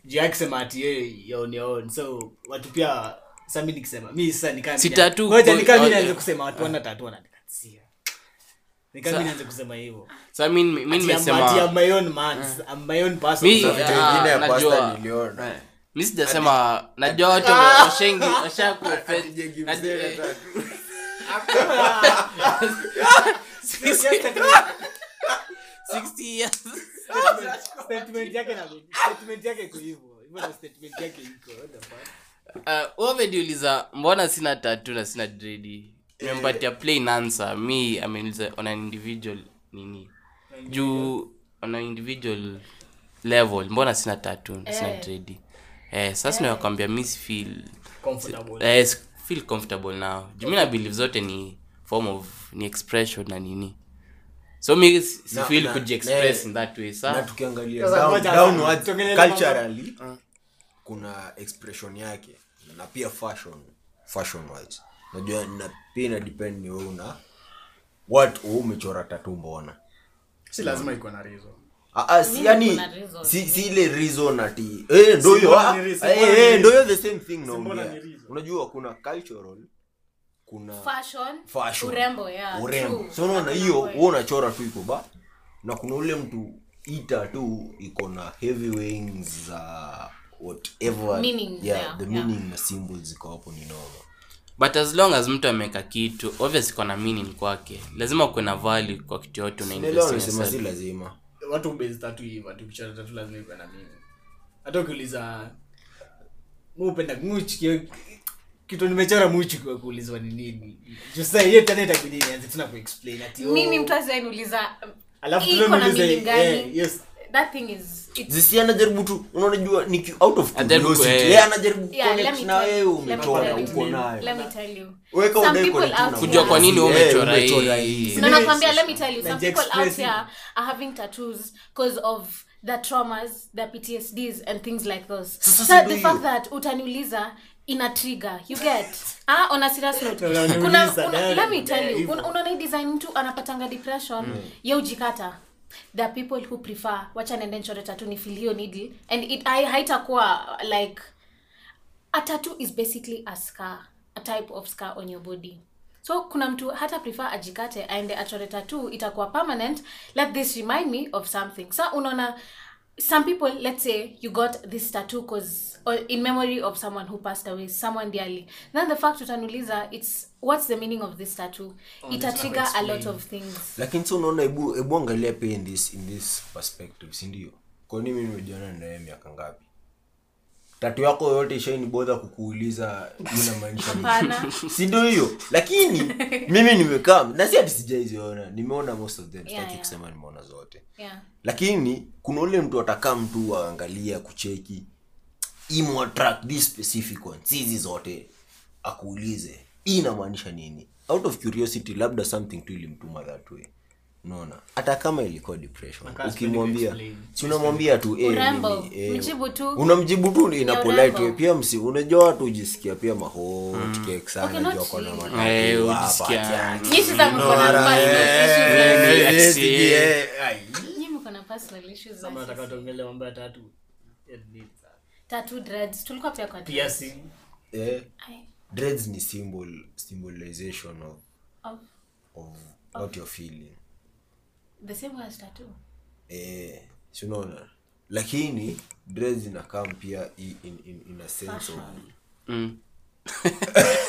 S5: Juu yake sema ati yeye yaoni yaoni. So, watu pia sasa mimi nikisema mimi sasa nikaa
S1: Si
S5: mimi-
S1: tattoo,
S5: ngoja
S1: boy,
S5: nikaa mimi
S1: oh,
S5: nianze
S1: yeah.
S5: kusema watu wana tattoo wananikatizia. Nikaa mimi nianze kusema hivyo.
S1: So I mean mimi
S5: Ati I'm- ati
S1: nimesema Ah.
S5: I'm my own man, I'm my own person.
S1: Mi-
S2: Na
S5: So,
S2: vitu
S1: Ah,
S2: ingine ya
S1: najua.
S2: pasta
S5: Eh.
S2: niliona
S1: mimi sijasema najua watu washengi washaku
S2: Ajengi mzee na tatu.
S5: [LAUGHS] statement-
S1: 60
S5: [LAUGHS]
S1: years.
S5: statement yake na- statement yake iko hivyo. Hivyo ndo statement yake iko. What the fuck?
S1: Uh, umeniuliza mbona sina tatu na sina dredi mempatia plain answer mi ameniuliza on an individual nini juu on an individual level mbona sina tatu na sina dredi eh, sasa nawakwambia mi si feel
S5: Comfortable.
S1: eh, si- feel comfortable now juu mi na believe zote ni form of ni expression na nini so mi si si
S2: Na-
S1: feel
S2: na-
S1: kujiexpress
S2: eh,
S1: in that way saa
S2: na tukiangalia
S5: Sasa
S2: down-
S5: ngoja,
S2: downwards,
S5: tuongelee mambo- Mm.
S2: culturally kuna expression yake na pia fashion fashion wise najua na pia ina depend ni wewe una what wewe umechora tatu mbona
S5: si lazima iko na reason
S2: Ah, ah, si yani
S4: kuna reason.
S2: si, si ile reason ati eh ndio hiyo
S5: Mbona
S2: ah,
S5: ni reason?
S2: eh,
S5: Mbona
S2: eh,
S5: ni
S2: ndio hiyo the same thing
S5: Mbona
S2: naongea
S5: ni reason?
S2: unajua kuna cultural kuna
S4: Fashion.
S2: fashion
S4: Urembo, yeah.
S2: urembo
S4: True.
S2: so unaona
S4: Hakuna
S2: hiyo
S4: point.
S2: wewe unachora tu iko ba na kuna ule mtu ita tu iko na heavy wings za whatever
S4: Meanings,
S2: yeah,
S4: yeah,
S2: the
S4: yeah.
S2: meaning na symbols ziko hapo ni noma
S1: but as long as mtu ameweka kitu obvious iko na meaning kwake lazima kuwe na value kwa kitu yote
S2: naelewa unasema si
S1: unainvest
S2: lazima
S5: watu ubezi tatu hiva tukichora tatu lazima iwe na mimi hata ukiuliza mi upenda muchi kio- kitu nimechora muchi kwa kuulizwa ni nini juu sasa hiyo tena itabidi nianze tena kuexplain ati oh.
S4: Mimi mtu asianiuliza
S5: Alafu
S4: hii
S5: tena
S4: iko na
S5: niulize,
S4: meaning
S5: eh,
S4: gani?
S5: yes.
S4: That thing is it's
S2: zisi anajaribu tu unaonajua ni ki- out of
S1: Anajaribu
S2: curiosity
S1: ku- eh.
S2: yeye anajaribu
S4: Yeah, let
S2: connect
S4: me
S2: na
S4: tell- let
S2: wewe
S4: me
S2: umechora
S4: tell you.
S2: uko nayo
S4: let me tell you
S2: Weka
S4: some
S2: udai kwa
S4: people
S2: kitu na
S4: out
S2: uone.
S1: kujua kwa nini
S2: Eh,
S1: umechora
S2: umechora
S1: hii
S2: hii.
S4: no nakwambia let me tell you some
S5: Naji
S4: people out
S5: express
S4: here are having tattoos because of the traumas the ptsds and things like those
S2: Sasa
S4: so
S2: si
S4: the
S2: ndio
S4: fact that utaniuliza ina trigger you get ah on a serious [LAUGHS] note
S5: Na unaniuliza,
S4: kuna,
S5: na
S4: kuna let me tell you
S5: hivyo.
S4: una- unaona hii design mtu anapatanga depression ye ujikata the people who prefer wacha nende nchore tatu ni feel hiyo needle and it hai- haitakuwa like a tattoo is basically a scar a type of scar on your body so kuna mtu hata prefer ajikate aende achore tattoo itakuwa permanent let this remind me of something so unaona some people let's say you got this tattoo cause or in memory of someone who passed away someone dearly then the fact utanuliza it's what's the meaning of this tattoo itatrigger a lot of things
S2: lakini si unaona hebu hebu angalia pia in this, in this perspective sindio kwani mi nimejiona naye miaka ngapi tatu yako yote ishainibodha kukuuliza inamaanisha [LAUGHS]
S4: Hapana.
S2: nini sindio hiyo lakini mimi nimekaa na si ati sijaiziona nimeona most of them sitaki
S4: yeah.
S2: kusema nimeona zote
S4: yeah
S2: lakini kuna ule mtu atakaa mtu aangalia kucheki imuattract this specific one si hizi zote akuulize hii inamaanisha nini out of curiosity labda something tu ilimtuma that way unaona hata kama ilikuwa depression
S5: Akaanza
S2: ukimwambia
S5: kuexplain.
S2: si unamwambia tu eh,
S4: Urembo.
S2: nini, eh,
S4: Mjibu tu.
S2: unamjibu tu ina
S4: Ya
S2: polite way
S4: urembo.
S2: pia msi unajua watu ujisikia pia mahotkek
S4: Okay,
S2: sana
S4: not
S2: jua kona
S4: really.
S1: Eh,
S2: matatu hapa Mm,
S1: ujisikia-
S2: chaki.
S4: Issues za mkono hapa, issues za-
S2: Eh,
S1: Eh,
S2: sijui,
S1: eh.
S2: eh, ai.
S4: Nyinyi mko na personal issues za
S5: Kama
S4: sisi.
S5: nataka tuongelee mambo ya tatu ya nini sasa?
S4: tattoo dreads tulikuwa pia kwa dreads.
S5: piercing
S2: Eh.
S4: Ai,
S2: dreads ni symbol symbolization of
S4: of
S2: of what you're feeling
S4: the same way as tattoo
S2: eh si unaona lakini dreads inakam pia i- in, in, in a sense of
S1: Mm.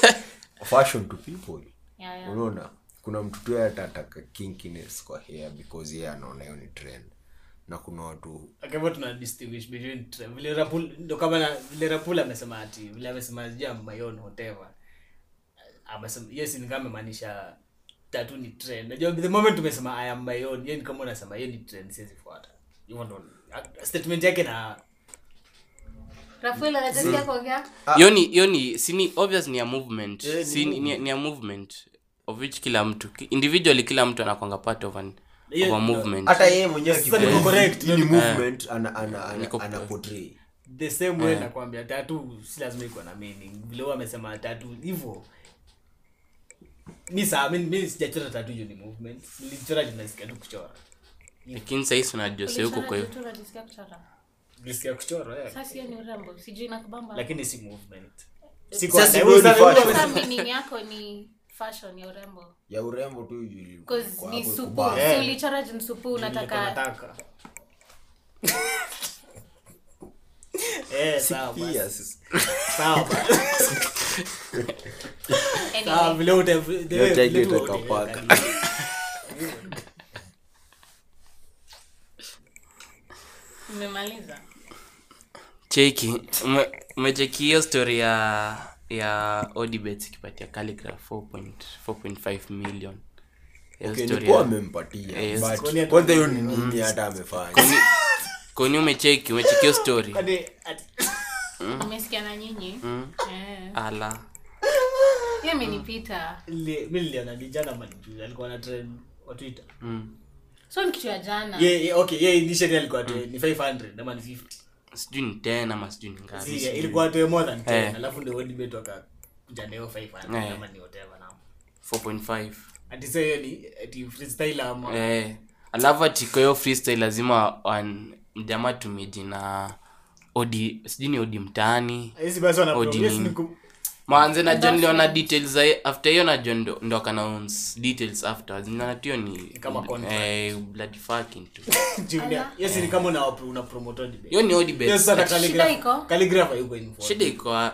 S2: [LAUGHS] fashion to people
S4: Yeah, yeah.
S2: unaona kuna mtu tu yeye atataka kinkiness kwa hair because yeye anaona hiyo ni trend na kuna watu
S5: Okay, but tuna distinguish between tra- vile Rapul- ndo kama na- vile Rapul amesema ati vile amesema sijui amayon whatever amesema hiyo si ni kama amemaanisha tattoo ni trend najua the moment umesema i am my own yeye ni kama unasema hiyo ni trend siwezi fuata hivyo ndo statement yake na
S4: rafael
S2: Mm.
S4: anajasikia kuongea
S1: hiyo ni hiyo ni sini obvious ni a movement
S2: Eh,
S1: si ni, ni, ni a movement of which kila mtu Ki- individually kila mtu anakwanga part of an of a movement
S2: hata yeye mwenyewe
S5: Sasa
S2: akipost,
S5: niko correct,
S2: hii ni movement ana ana ana,
S1: Eh. Niko-
S2: ana portray
S5: the same way nakwambia tatu si lazima ikuwa na meaning vile huwa amesema tatu hivyo mi saa mi- mi sijachora tatu juu ni movement nilichora juu nasikia tu kuchora
S1: lakini sahisi unajua seuko kwa hiyo
S4: Ulichora vitu unajisikia kuchora.
S5: nisikia kuchora yeah.
S4: Sasa hiyo ni urembo sijui inakubamba.
S5: lakini si movement
S2: Sasa wewe ni fashion.
S4: Sasa meaning yako ni fashion ya urembo
S2: ya urembo tu ili-
S4: 'Cause
S2: kwa- Eh.
S4: ni
S2: kwa-
S4: supu
S2: kubana.
S5: Eh.
S4: si ulichora juu ni supu unataka
S5: nataka [LAUGHS] Eh, sawa basi.
S2: Yes, yes.
S5: Sawa [LAUGHS] basi.
S4: anyway.
S5: Sawa, Ah, vile uta- vile-
S2: Yote
S5: vile
S2: yake
S5: tu- Yaani,
S2: utakapaka.
S4: mmemaliza
S1: cheki ume- umecheki hiyo story ya ya odibet ikipatia Calligraph 4.4.5 million Hiyo
S2: Okay,
S1: story
S2: nilikuwa
S1: ya-
S2: amempatia,
S1: Yes.
S2: but
S5: Kwani-
S2: kwanza hiyo ni nini hata amefanya
S1: koni umecheki umecheki hiyo story
S5: Kwani Yaani, ati-
S2: Mm.
S4: umesikia na nyinyi Eh.
S1: ala
S4: hiyo imenipita
S5: Nili- mi niliona ni jana ama ni juzi, alikuwa na trend wa Twitter.
S4: so ni kitu ya jana
S5: Ye- ye- okay, ye initially alikuwa ati ni 500 ama ni 50.
S1: sijui ni 10 ama sijui Ah, ni ngapi
S5: Si, ilikuwa ati more than 10,
S1: Eh.
S5: alafu ndio Odibet wakakuja na hiyo 500
S1: Eh.
S5: ama ni whatever number.
S1: 4.5
S5: Ati sasa hiyo ni- ati freestyle ama-
S1: eh alafu atiko hiyo freestyle lazima wan- mjamaa tumie jina odi sijui ni odi mtaani
S5: Eh, si basi wana-
S1: Odi
S5: yes,
S1: nini?
S5: ni ku-
S1: manze najua niliona details za after hiyo najua ndo, ndo akanaons details afterwards niliona tu hiyo ni
S5: kama contract.
S1: eh, bloody fucking tu
S5: [LAUGHS] Junior. Yes, ni kama una- una promote Odibet.
S1: hiyo ni odi
S5: Yes,
S1: best
S5: sasa
S4: Shida
S5: calligraph-
S4: iko?
S5: calligraph hayuko involved.
S1: shida iko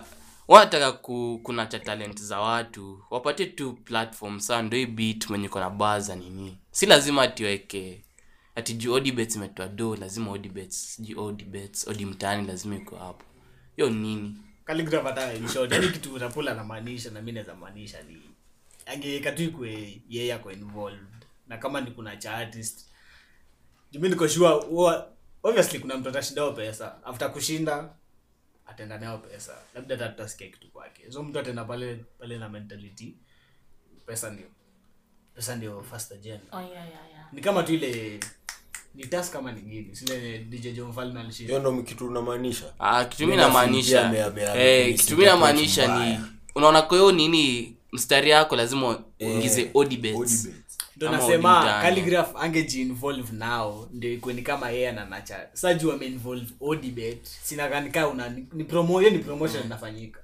S1: wanataka ku, kunacha talent za watu wapatie tu platform saa ndo hii beat mwenye kona baza nini si lazima atiweke ati juu odibets imetoa do lazima odibets sijui odibets odi mtaani lazima iko hapo hiyo nini
S5: Calligraph hata inshort, yaani kitu Rapula anamaanisha na mi naweza maanisha ni angeweka tu ikue yeye ako involved na kama ni kuna cha artist jumi niko sure huwa- obviously kuna mtu atashinda hiyo pesa after kushinda ataenda nayo pesa labda hata tutasikia kitu kwake so mtu ataenda pale pale na mentality pesa ndio pesa ndio first agenda
S4: Oh, yeah, yeah, yeah.
S5: ni kama tu ile ni task kama ningine sile dj john falme alishinda
S2: hiyo ndo kitu unamaanisha
S1: Ah, kitu mi
S2: Mimi nafikiria
S1: namaanisha
S2: ame- ame- ame-
S1: eh,
S2: ame-
S1: kitu mi namaanisha ni
S2: mbaya.
S1: unaona kwa hiyo nini mstari yako lazima
S2: Eh,
S1: uingize odibets
S2: Odibet.
S5: ndo
S1: Ama
S5: nasema
S1: Odin
S5: calligraph angejiinvolve nao ndio ikuwe ni kama yeye ananacha saju ameinvolve odibet sinakanika una ni ni promo hiyo ni
S1: Mm.
S5: promotion inafanyika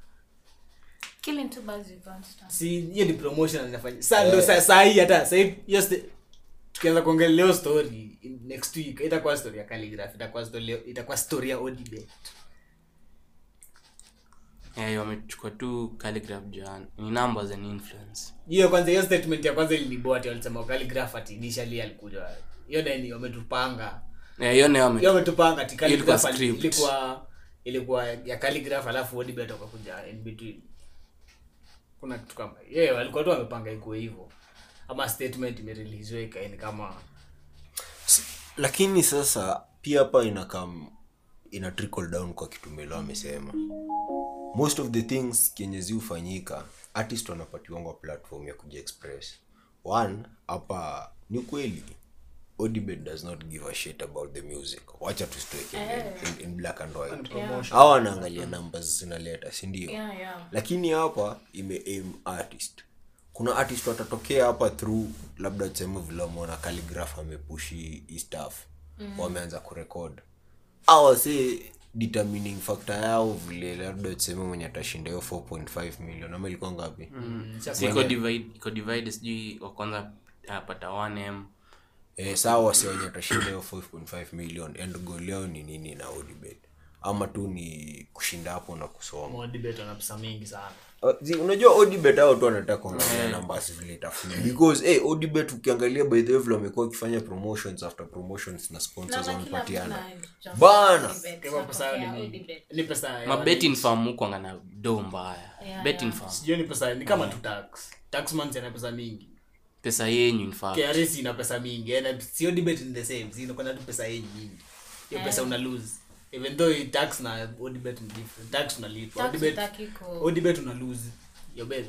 S4: Killing two birds with one stone.
S5: si hiyo ni promotion inafanyika sa
S1: Eh.
S5: ndo sa, saa hii hata saa hii hiyo st- tukianza kuongelea leo story in- next week itakuwa story ya calligraph itakuwa story itakuwa story ya odibet
S1: eh, wamechukua tu calligraph jan ni numbers and influence
S5: hiyo kwanza hiyo statement ya kwanza iliniboa ati walisema calligraph ati initially alikuja hiyo nani wametupanga
S1: Eh, hiyo nayo wame-
S5: hiyo ametupa katika
S1: Ilikuwa
S5: ilikuwa
S1: script.
S5: ilikuwa ilikuwa ya calligraph alafu odibet wakakuja in between kuna kitu kama yeye walikuwa tu wamepanga ikuwe hivyo ama statement imereleasiwa ikaeni kama
S2: lakini sasa pia hapa inakam ina trickle down kwa kitu melo amesema most of the things kenye ziufanyika artist wanapatiwanga platform ya kujiexpress one hapa ni kweli odibet does not give a shit about the music wacha tustoeke in, in black and white hawa wanaangalia numbers zinaleta sindio
S4: Yeah, yeah.
S2: lakini hapa ime aim artist kuna artist watatokea hapa through labda tuseme vile wameona calligraph amepushi hii stuff wameanza kurekod awa si determining factor yao vile labda tuseme mwenye atashinda hiyo 4.5 million ama ilikuwa ngapi
S5: Mm.
S1: iko divide iko divide sijui wa kwanza ah, apata 1m
S2: eh, sawa wasi wenye atashinda hiyo 5.5 million and goal yao ni nini na odibet ama tu ni kushinda hapo na kusoma
S5: Modibet anapesa mingi sana
S2: Uh, zi, unajua odibet hao tu anataka kuangalia numbers vile itafanya because hey, odibet ukiangalia by the way vile wamekuwa wakifanya promotions after promotions na sponsors wamepatiana Bana!
S5: ni pesa ya-
S1: mabetin farm huko ngana do mbaya
S4: Yeah,
S1: Betting
S4: yeah.
S1: farm.
S5: sijui ni pesa ni
S1: Mm.
S5: kama tu tax taxman ana pesa mingi
S1: pesa yenyu in
S2: Ah.
S1: fact.
S5: krs ina pesa mingi and sio debate in the same zinakona tu pesa yenye nyingi hiyo pesa una lose even though hii tax na odibet ni different tax unalipa
S4: Tax
S5: odibet
S4: hutaki ku-
S5: odibet una lose your bet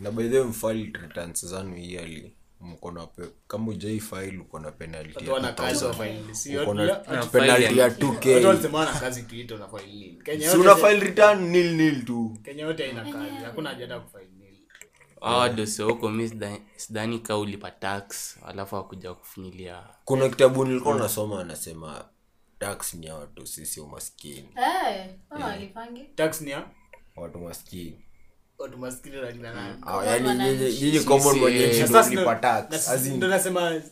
S2: na by the way mfali returns zanu yearly mko na pe- kama ujai file uko na penalty
S5: watu wana
S2: ya
S5: kazi
S2: 2000
S5: wa faili sio
S2: uko
S5: watu
S2: na
S5: watu
S2: penalty ya 2k
S5: wanasema wana kazi tuito na faili nini Kenya
S2: si una
S5: yote
S2: file return nil nil tu
S5: Kenya yote ina kazi hakuna haja hata kufaili nini
S1: Hawa dosi wa Ah, huko mi sidhani- sidhani ka ulipa tax alafu akuja kufunyilia
S2: kuna kitabu nilikuwa nasoma anasema tax ni ya watu sisi umaskini
S4: Eh, kama walipangi.
S5: tax ni ya
S2: watu maskini
S5: watu maskini na kina nani
S2: Ah, yaani
S4: wananchi.
S2: nyinyi- nyinyi common
S1: Sisi, eh,
S2: wananchi ndio
S5: Na sasa
S2: mlipa
S5: ndo-
S2: tax
S5: na-
S2: As in,
S5: ndo nasema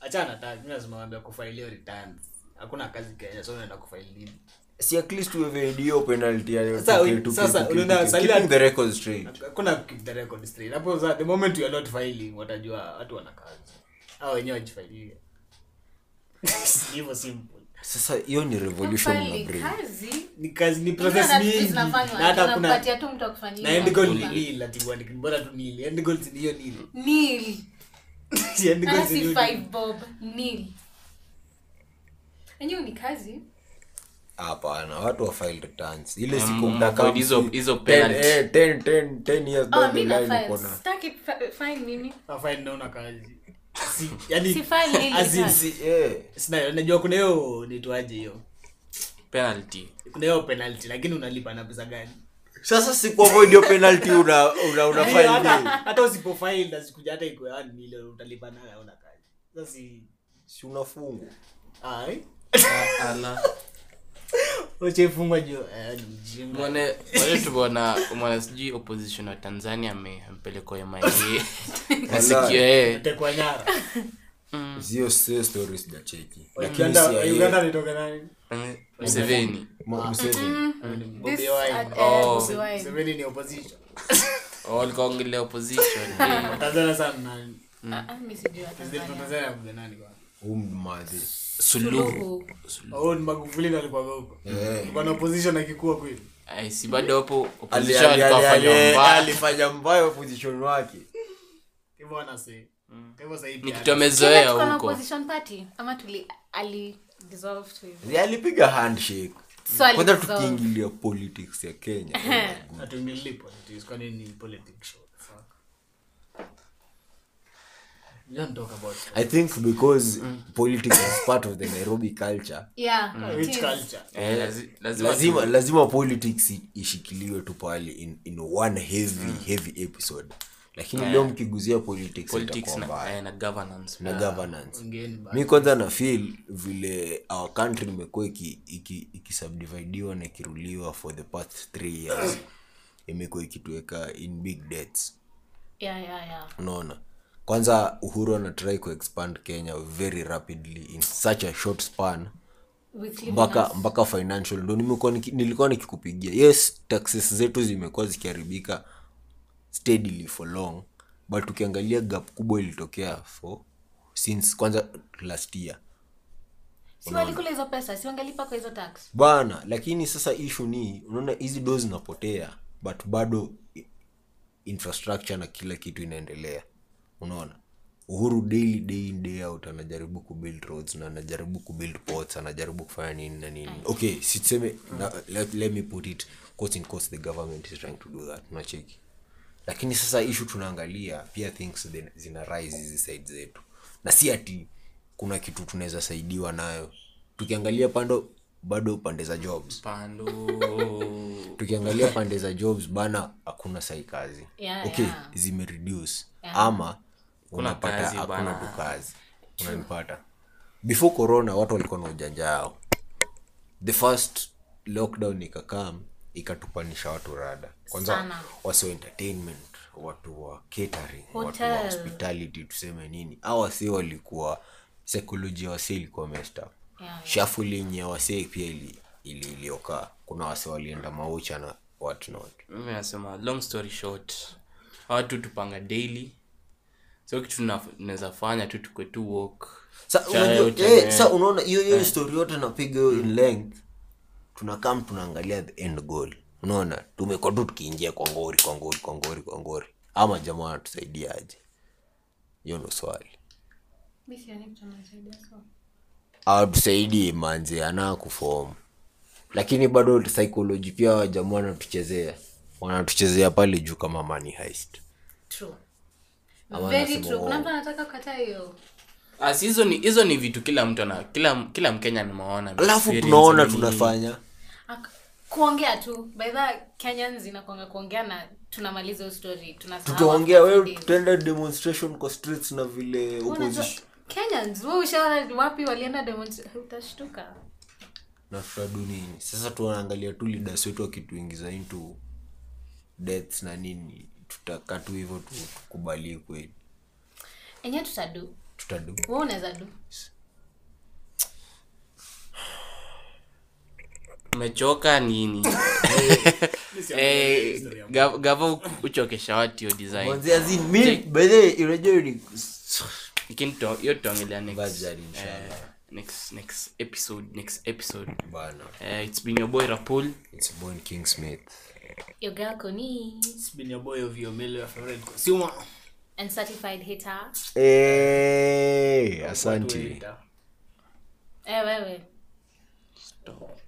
S5: achana tax mimi nasema wambia kufailio returns hakuna kazi Kenya so unaenda kufaili nini
S2: si at least wewe ndio penalty ya
S5: Sasa,
S2: tuki- tuki-
S5: sasa,
S2: tuki-
S5: unaona,
S2: tuki-
S5: salila-
S2: keeping the record straight
S5: hakuna keep the record straight hapo za the moment you are not filing watajua watu wana kazi au
S4: [LAUGHS]
S5: wenyewe wajifailie hivyo simple
S2: sasa hiyo ni revolution
S4: Kufanya
S2: my brain
S4: kazi.
S5: ni kazi ni process
S4: Unaona vitu
S5: mingi na
S4: zinafanywa,
S5: hata kuna
S4: unapatia tu mtu akufanyie.
S5: na end goal ni nil ati uandike bora tu nil end goal ni hiyo nil [LAUGHS]
S4: Nil.
S5: end
S4: Hata
S5: goal ni
S4: si
S5: hiyo
S4: five
S5: nil
S4: bob, nil. Enyewe ni kazi.
S2: hapana watu wa file returns ile
S1: Mm,
S2: siku
S1: mm,
S2: mtaka
S1: but hizo- hizo penalty.
S2: eh, 10 years
S4: Oh,
S2: down the
S4: mi na
S2: line
S4: file.
S2: uko na
S4: Sitaki fi- fine mimi.
S5: afai naona kazi si yani
S4: Si file nil
S5: as in
S4: return.
S5: si
S2: eh
S5: sina najua kuna hiyo nitwaje hiyo
S1: penalty
S5: kuna hiyo penalty lakini unalipa na pesa gani
S4: [LAUGHS]
S2: sasa si kuavoid hiyo penalty una
S5: [LAUGHS]
S2: una una
S5: Hiyo
S2: file
S5: hata
S2: nil.
S5: hata usipofail na sikuja hata iko yani milioni utalipa nayo hauna kazi sasa si
S2: si unafungwa
S5: ai
S1: [LAUGHS]
S2: Ah,
S1: ala
S5: uchefungwa juu eh, ni mjinga
S1: mwane mwane tumeona mwana sijui opposition wa tanzania ame- ampeleka
S2: [LAUGHS]
S1: MIA. nasikia yeye
S5: tekwa nyara
S2: zio sio story sijacheki lakini
S5: Uganda
S2: si ya yeye.
S5: Uganda nitoka nani
S1: mseveni
S2: Ma- Museveni.
S5: Bobi
S4: at-
S5: Wine
S4: eh,
S1: Oh.
S4: Bobi Wine.
S5: Museveni ni opposition
S1: walikaongelea Oh,
S2: [LAUGHS]
S1: opposition eh.
S5: Tanzania sana nani
S4: Ah, ah, mi sijui wa Tanzania.
S5: Tanzania kuna nani kwa
S2: Huyu mmadhi.
S1: suluhu
S5: oh ni Magufuli ndo alikuwa huko
S2: Eh.
S5: kwa na opposition akikua kweli
S1: Ai, Eh, si bado hapo
S2: Ali-
S1: opposition
S2: ali- ali-
S1: walikafanya
S2: ali-
S1: mbaya
S2: alifanya mbaya opposition wake
S5: hivyo wanasema hivyo sasa
S1: ni
S5: hivi
S1: kitu
S4: Kenya
S1: amezoea
S4: tuko na
S1: huko
S4: opposition party ama tuli ali dissolve to hivyo.
S2: Zi- alipiga handshake
S4: So ali
S2: Mm. kwanza
S4: dissolve.
S2: tukiingilia politics ya kenya
S1: [LAUGHS]
S5: atungilipo kwa nini politics show fuck you don't talk about
S2: i think because politics is part of the nairobi culture
S4: Yeah,
S2: Mm.
S4: it
S5: which
S4: is.
S5: culture
S1: Eh, lazi- lazima
S2: lazima lazima politics i- ishikiliwe tu pahali in, in one heavy
S1: Mm.
S2: heavy episode lakini leo mkiguzia politics,
S1: politics
S2: itakuwa
S1: na,
S2: mbaya
S1: eh, na governance
S2: na governance
S5: ngeni ba
S2: mi kwanza na feel vile our country imekuwa iki- iki- ikisubdividiwa na ikiruliwa for the past
S1: [CLEARS THROAT]
S2: three years imekuwa ikituweka in big debts
S4: Yeah, yeah, yeah.
S2: unaona kwanza uhuru anatry kuexpand kenya very rapidly in such a short span
S4: With
S2: mpaka
S4: liberals.
S2: mpaka financial ndo nimekuwa niki- nilikuwa nikikupigia yes taxes zetu zimekuwa zikiharibika steadily for long but ukiangalia gap kubwa ilitokea for since kwanza last year
S4: si walikula hizo pesa si wangelipa kwa hizo tax
S2: bana lakini sasa ishu ni unaona hizi do zinapotea but bado i- infrastructure na kila kitu inaendelea unaona uhuru daily day in day out anajaribu kubuild roads na anajaribu kubuild ports anajaribu kufanya nini na nini okay siseme na, let, let me put it quote in quotes, the government is trying to do that unacheki lakini sasa ishu tunaangalia pia things zina- zina rise hizi side zetu na si ati kuna kitu tunaweza saidiwa nayo tukiangalia pando bado pande za jobs
S1: pando
S2: tukiangalia pande za jobs bana hakuna sai kazi
S4: Yeah,
S2: okay
S4: yeah.
S2: zimereduce ama unapata
S1: kazi
S2: hakuna
S1: bana.
S2: tu kazi unanipata before corona watu walikuwa na ujanja yao the first lockdown ikakam ikatupanisha watu rada kwanza
S4: Sana.
S2: wasi wa entertainment watu wa catering watu wa
S4: Hotel.
S2: hospitality tuseme nini au wasi walikuwa saikolojia wasi ilikuwa messed up
S4: Yeah, yeah.
S2: shafu lenye wasee pia ili ili iliyokaa kuna wase walienda maucha na whatnot
S1: mimi nasema long story short watu tupanga daily so kitu tuna- tunaweza fanya tu tukwe tu walk
S2: Sa-
S1: Chaya
S2: unajua-
S1: yote,
S2: eh,
S1: eh.
S2: sa unaona hiyo hiyo story yote napiga hiyo in length tunakam tunaangalia the end goal unaona tumekuwa tu tukiingia kwa ngori kwa ngori kwa ngori kwa ngori ama jamaa anatusaidia aje hiyo ndo swali
S4: Mi sioni mtu anasaidia so.
S2: awatusaidie manze anaa kufomu lakini bado psychology pia hawa jamaa wanatuchezea wanatuchezea pale juu kama money heist
S4: True.
S2: Ama
S4: Very
S2: anasema
S4: true. Kuna
S2: wao.
S4: mtu anataka kukataa hiyo.
S1: As Ah, hizo ni hizo ni vitu kila mtu ana kila kila mkenya nimeona
S2: alafu
S1: experience
S2: tunaona
S1: nini.
S2: tunafanya
S4: Ak- kuongea tu by the Kenyans inakwanga kuongea na tunamaliza hiyo story tunasahau
S2: tutaongea
S4: after
S2: wewe
S4: few days.
S2: tutaenda demonstration kwa streets na vile
S4: Unajua,
S2: opposition
S4: Kenyans wewe ushaona wapi walienda demonstration utashtuka
S2: na tutadunini sasa tunaangalia tu leaders wetu wakituingiza into deaths na nini tutakaa tu hivyo tu tukubalie kweli
S4: enyewe tutadu
S2: tutadu
S4: wewe unaweza du
S1: umechoka nini eh, gav- gava u- uchokesha watu hiyo design
S2: Manze, as in, mi- by the way, unajua ni- [SIGHS]
S1: lakini tuta- hiyo tutaongelea next eh,
S2: Bazaar, inshallah.
S1: next next episode next episode
S2: Bana,
S1: Eh, it's been your boy Rapul
S2: it's your boy King Smith.
S4: your girl Connie
S5: It's been your boy of your male your favorite consumer.
S4: and certified hater
S2: Hey, asante.
S5: eh, Twitter.
S4: eh wewe
S1: Stop.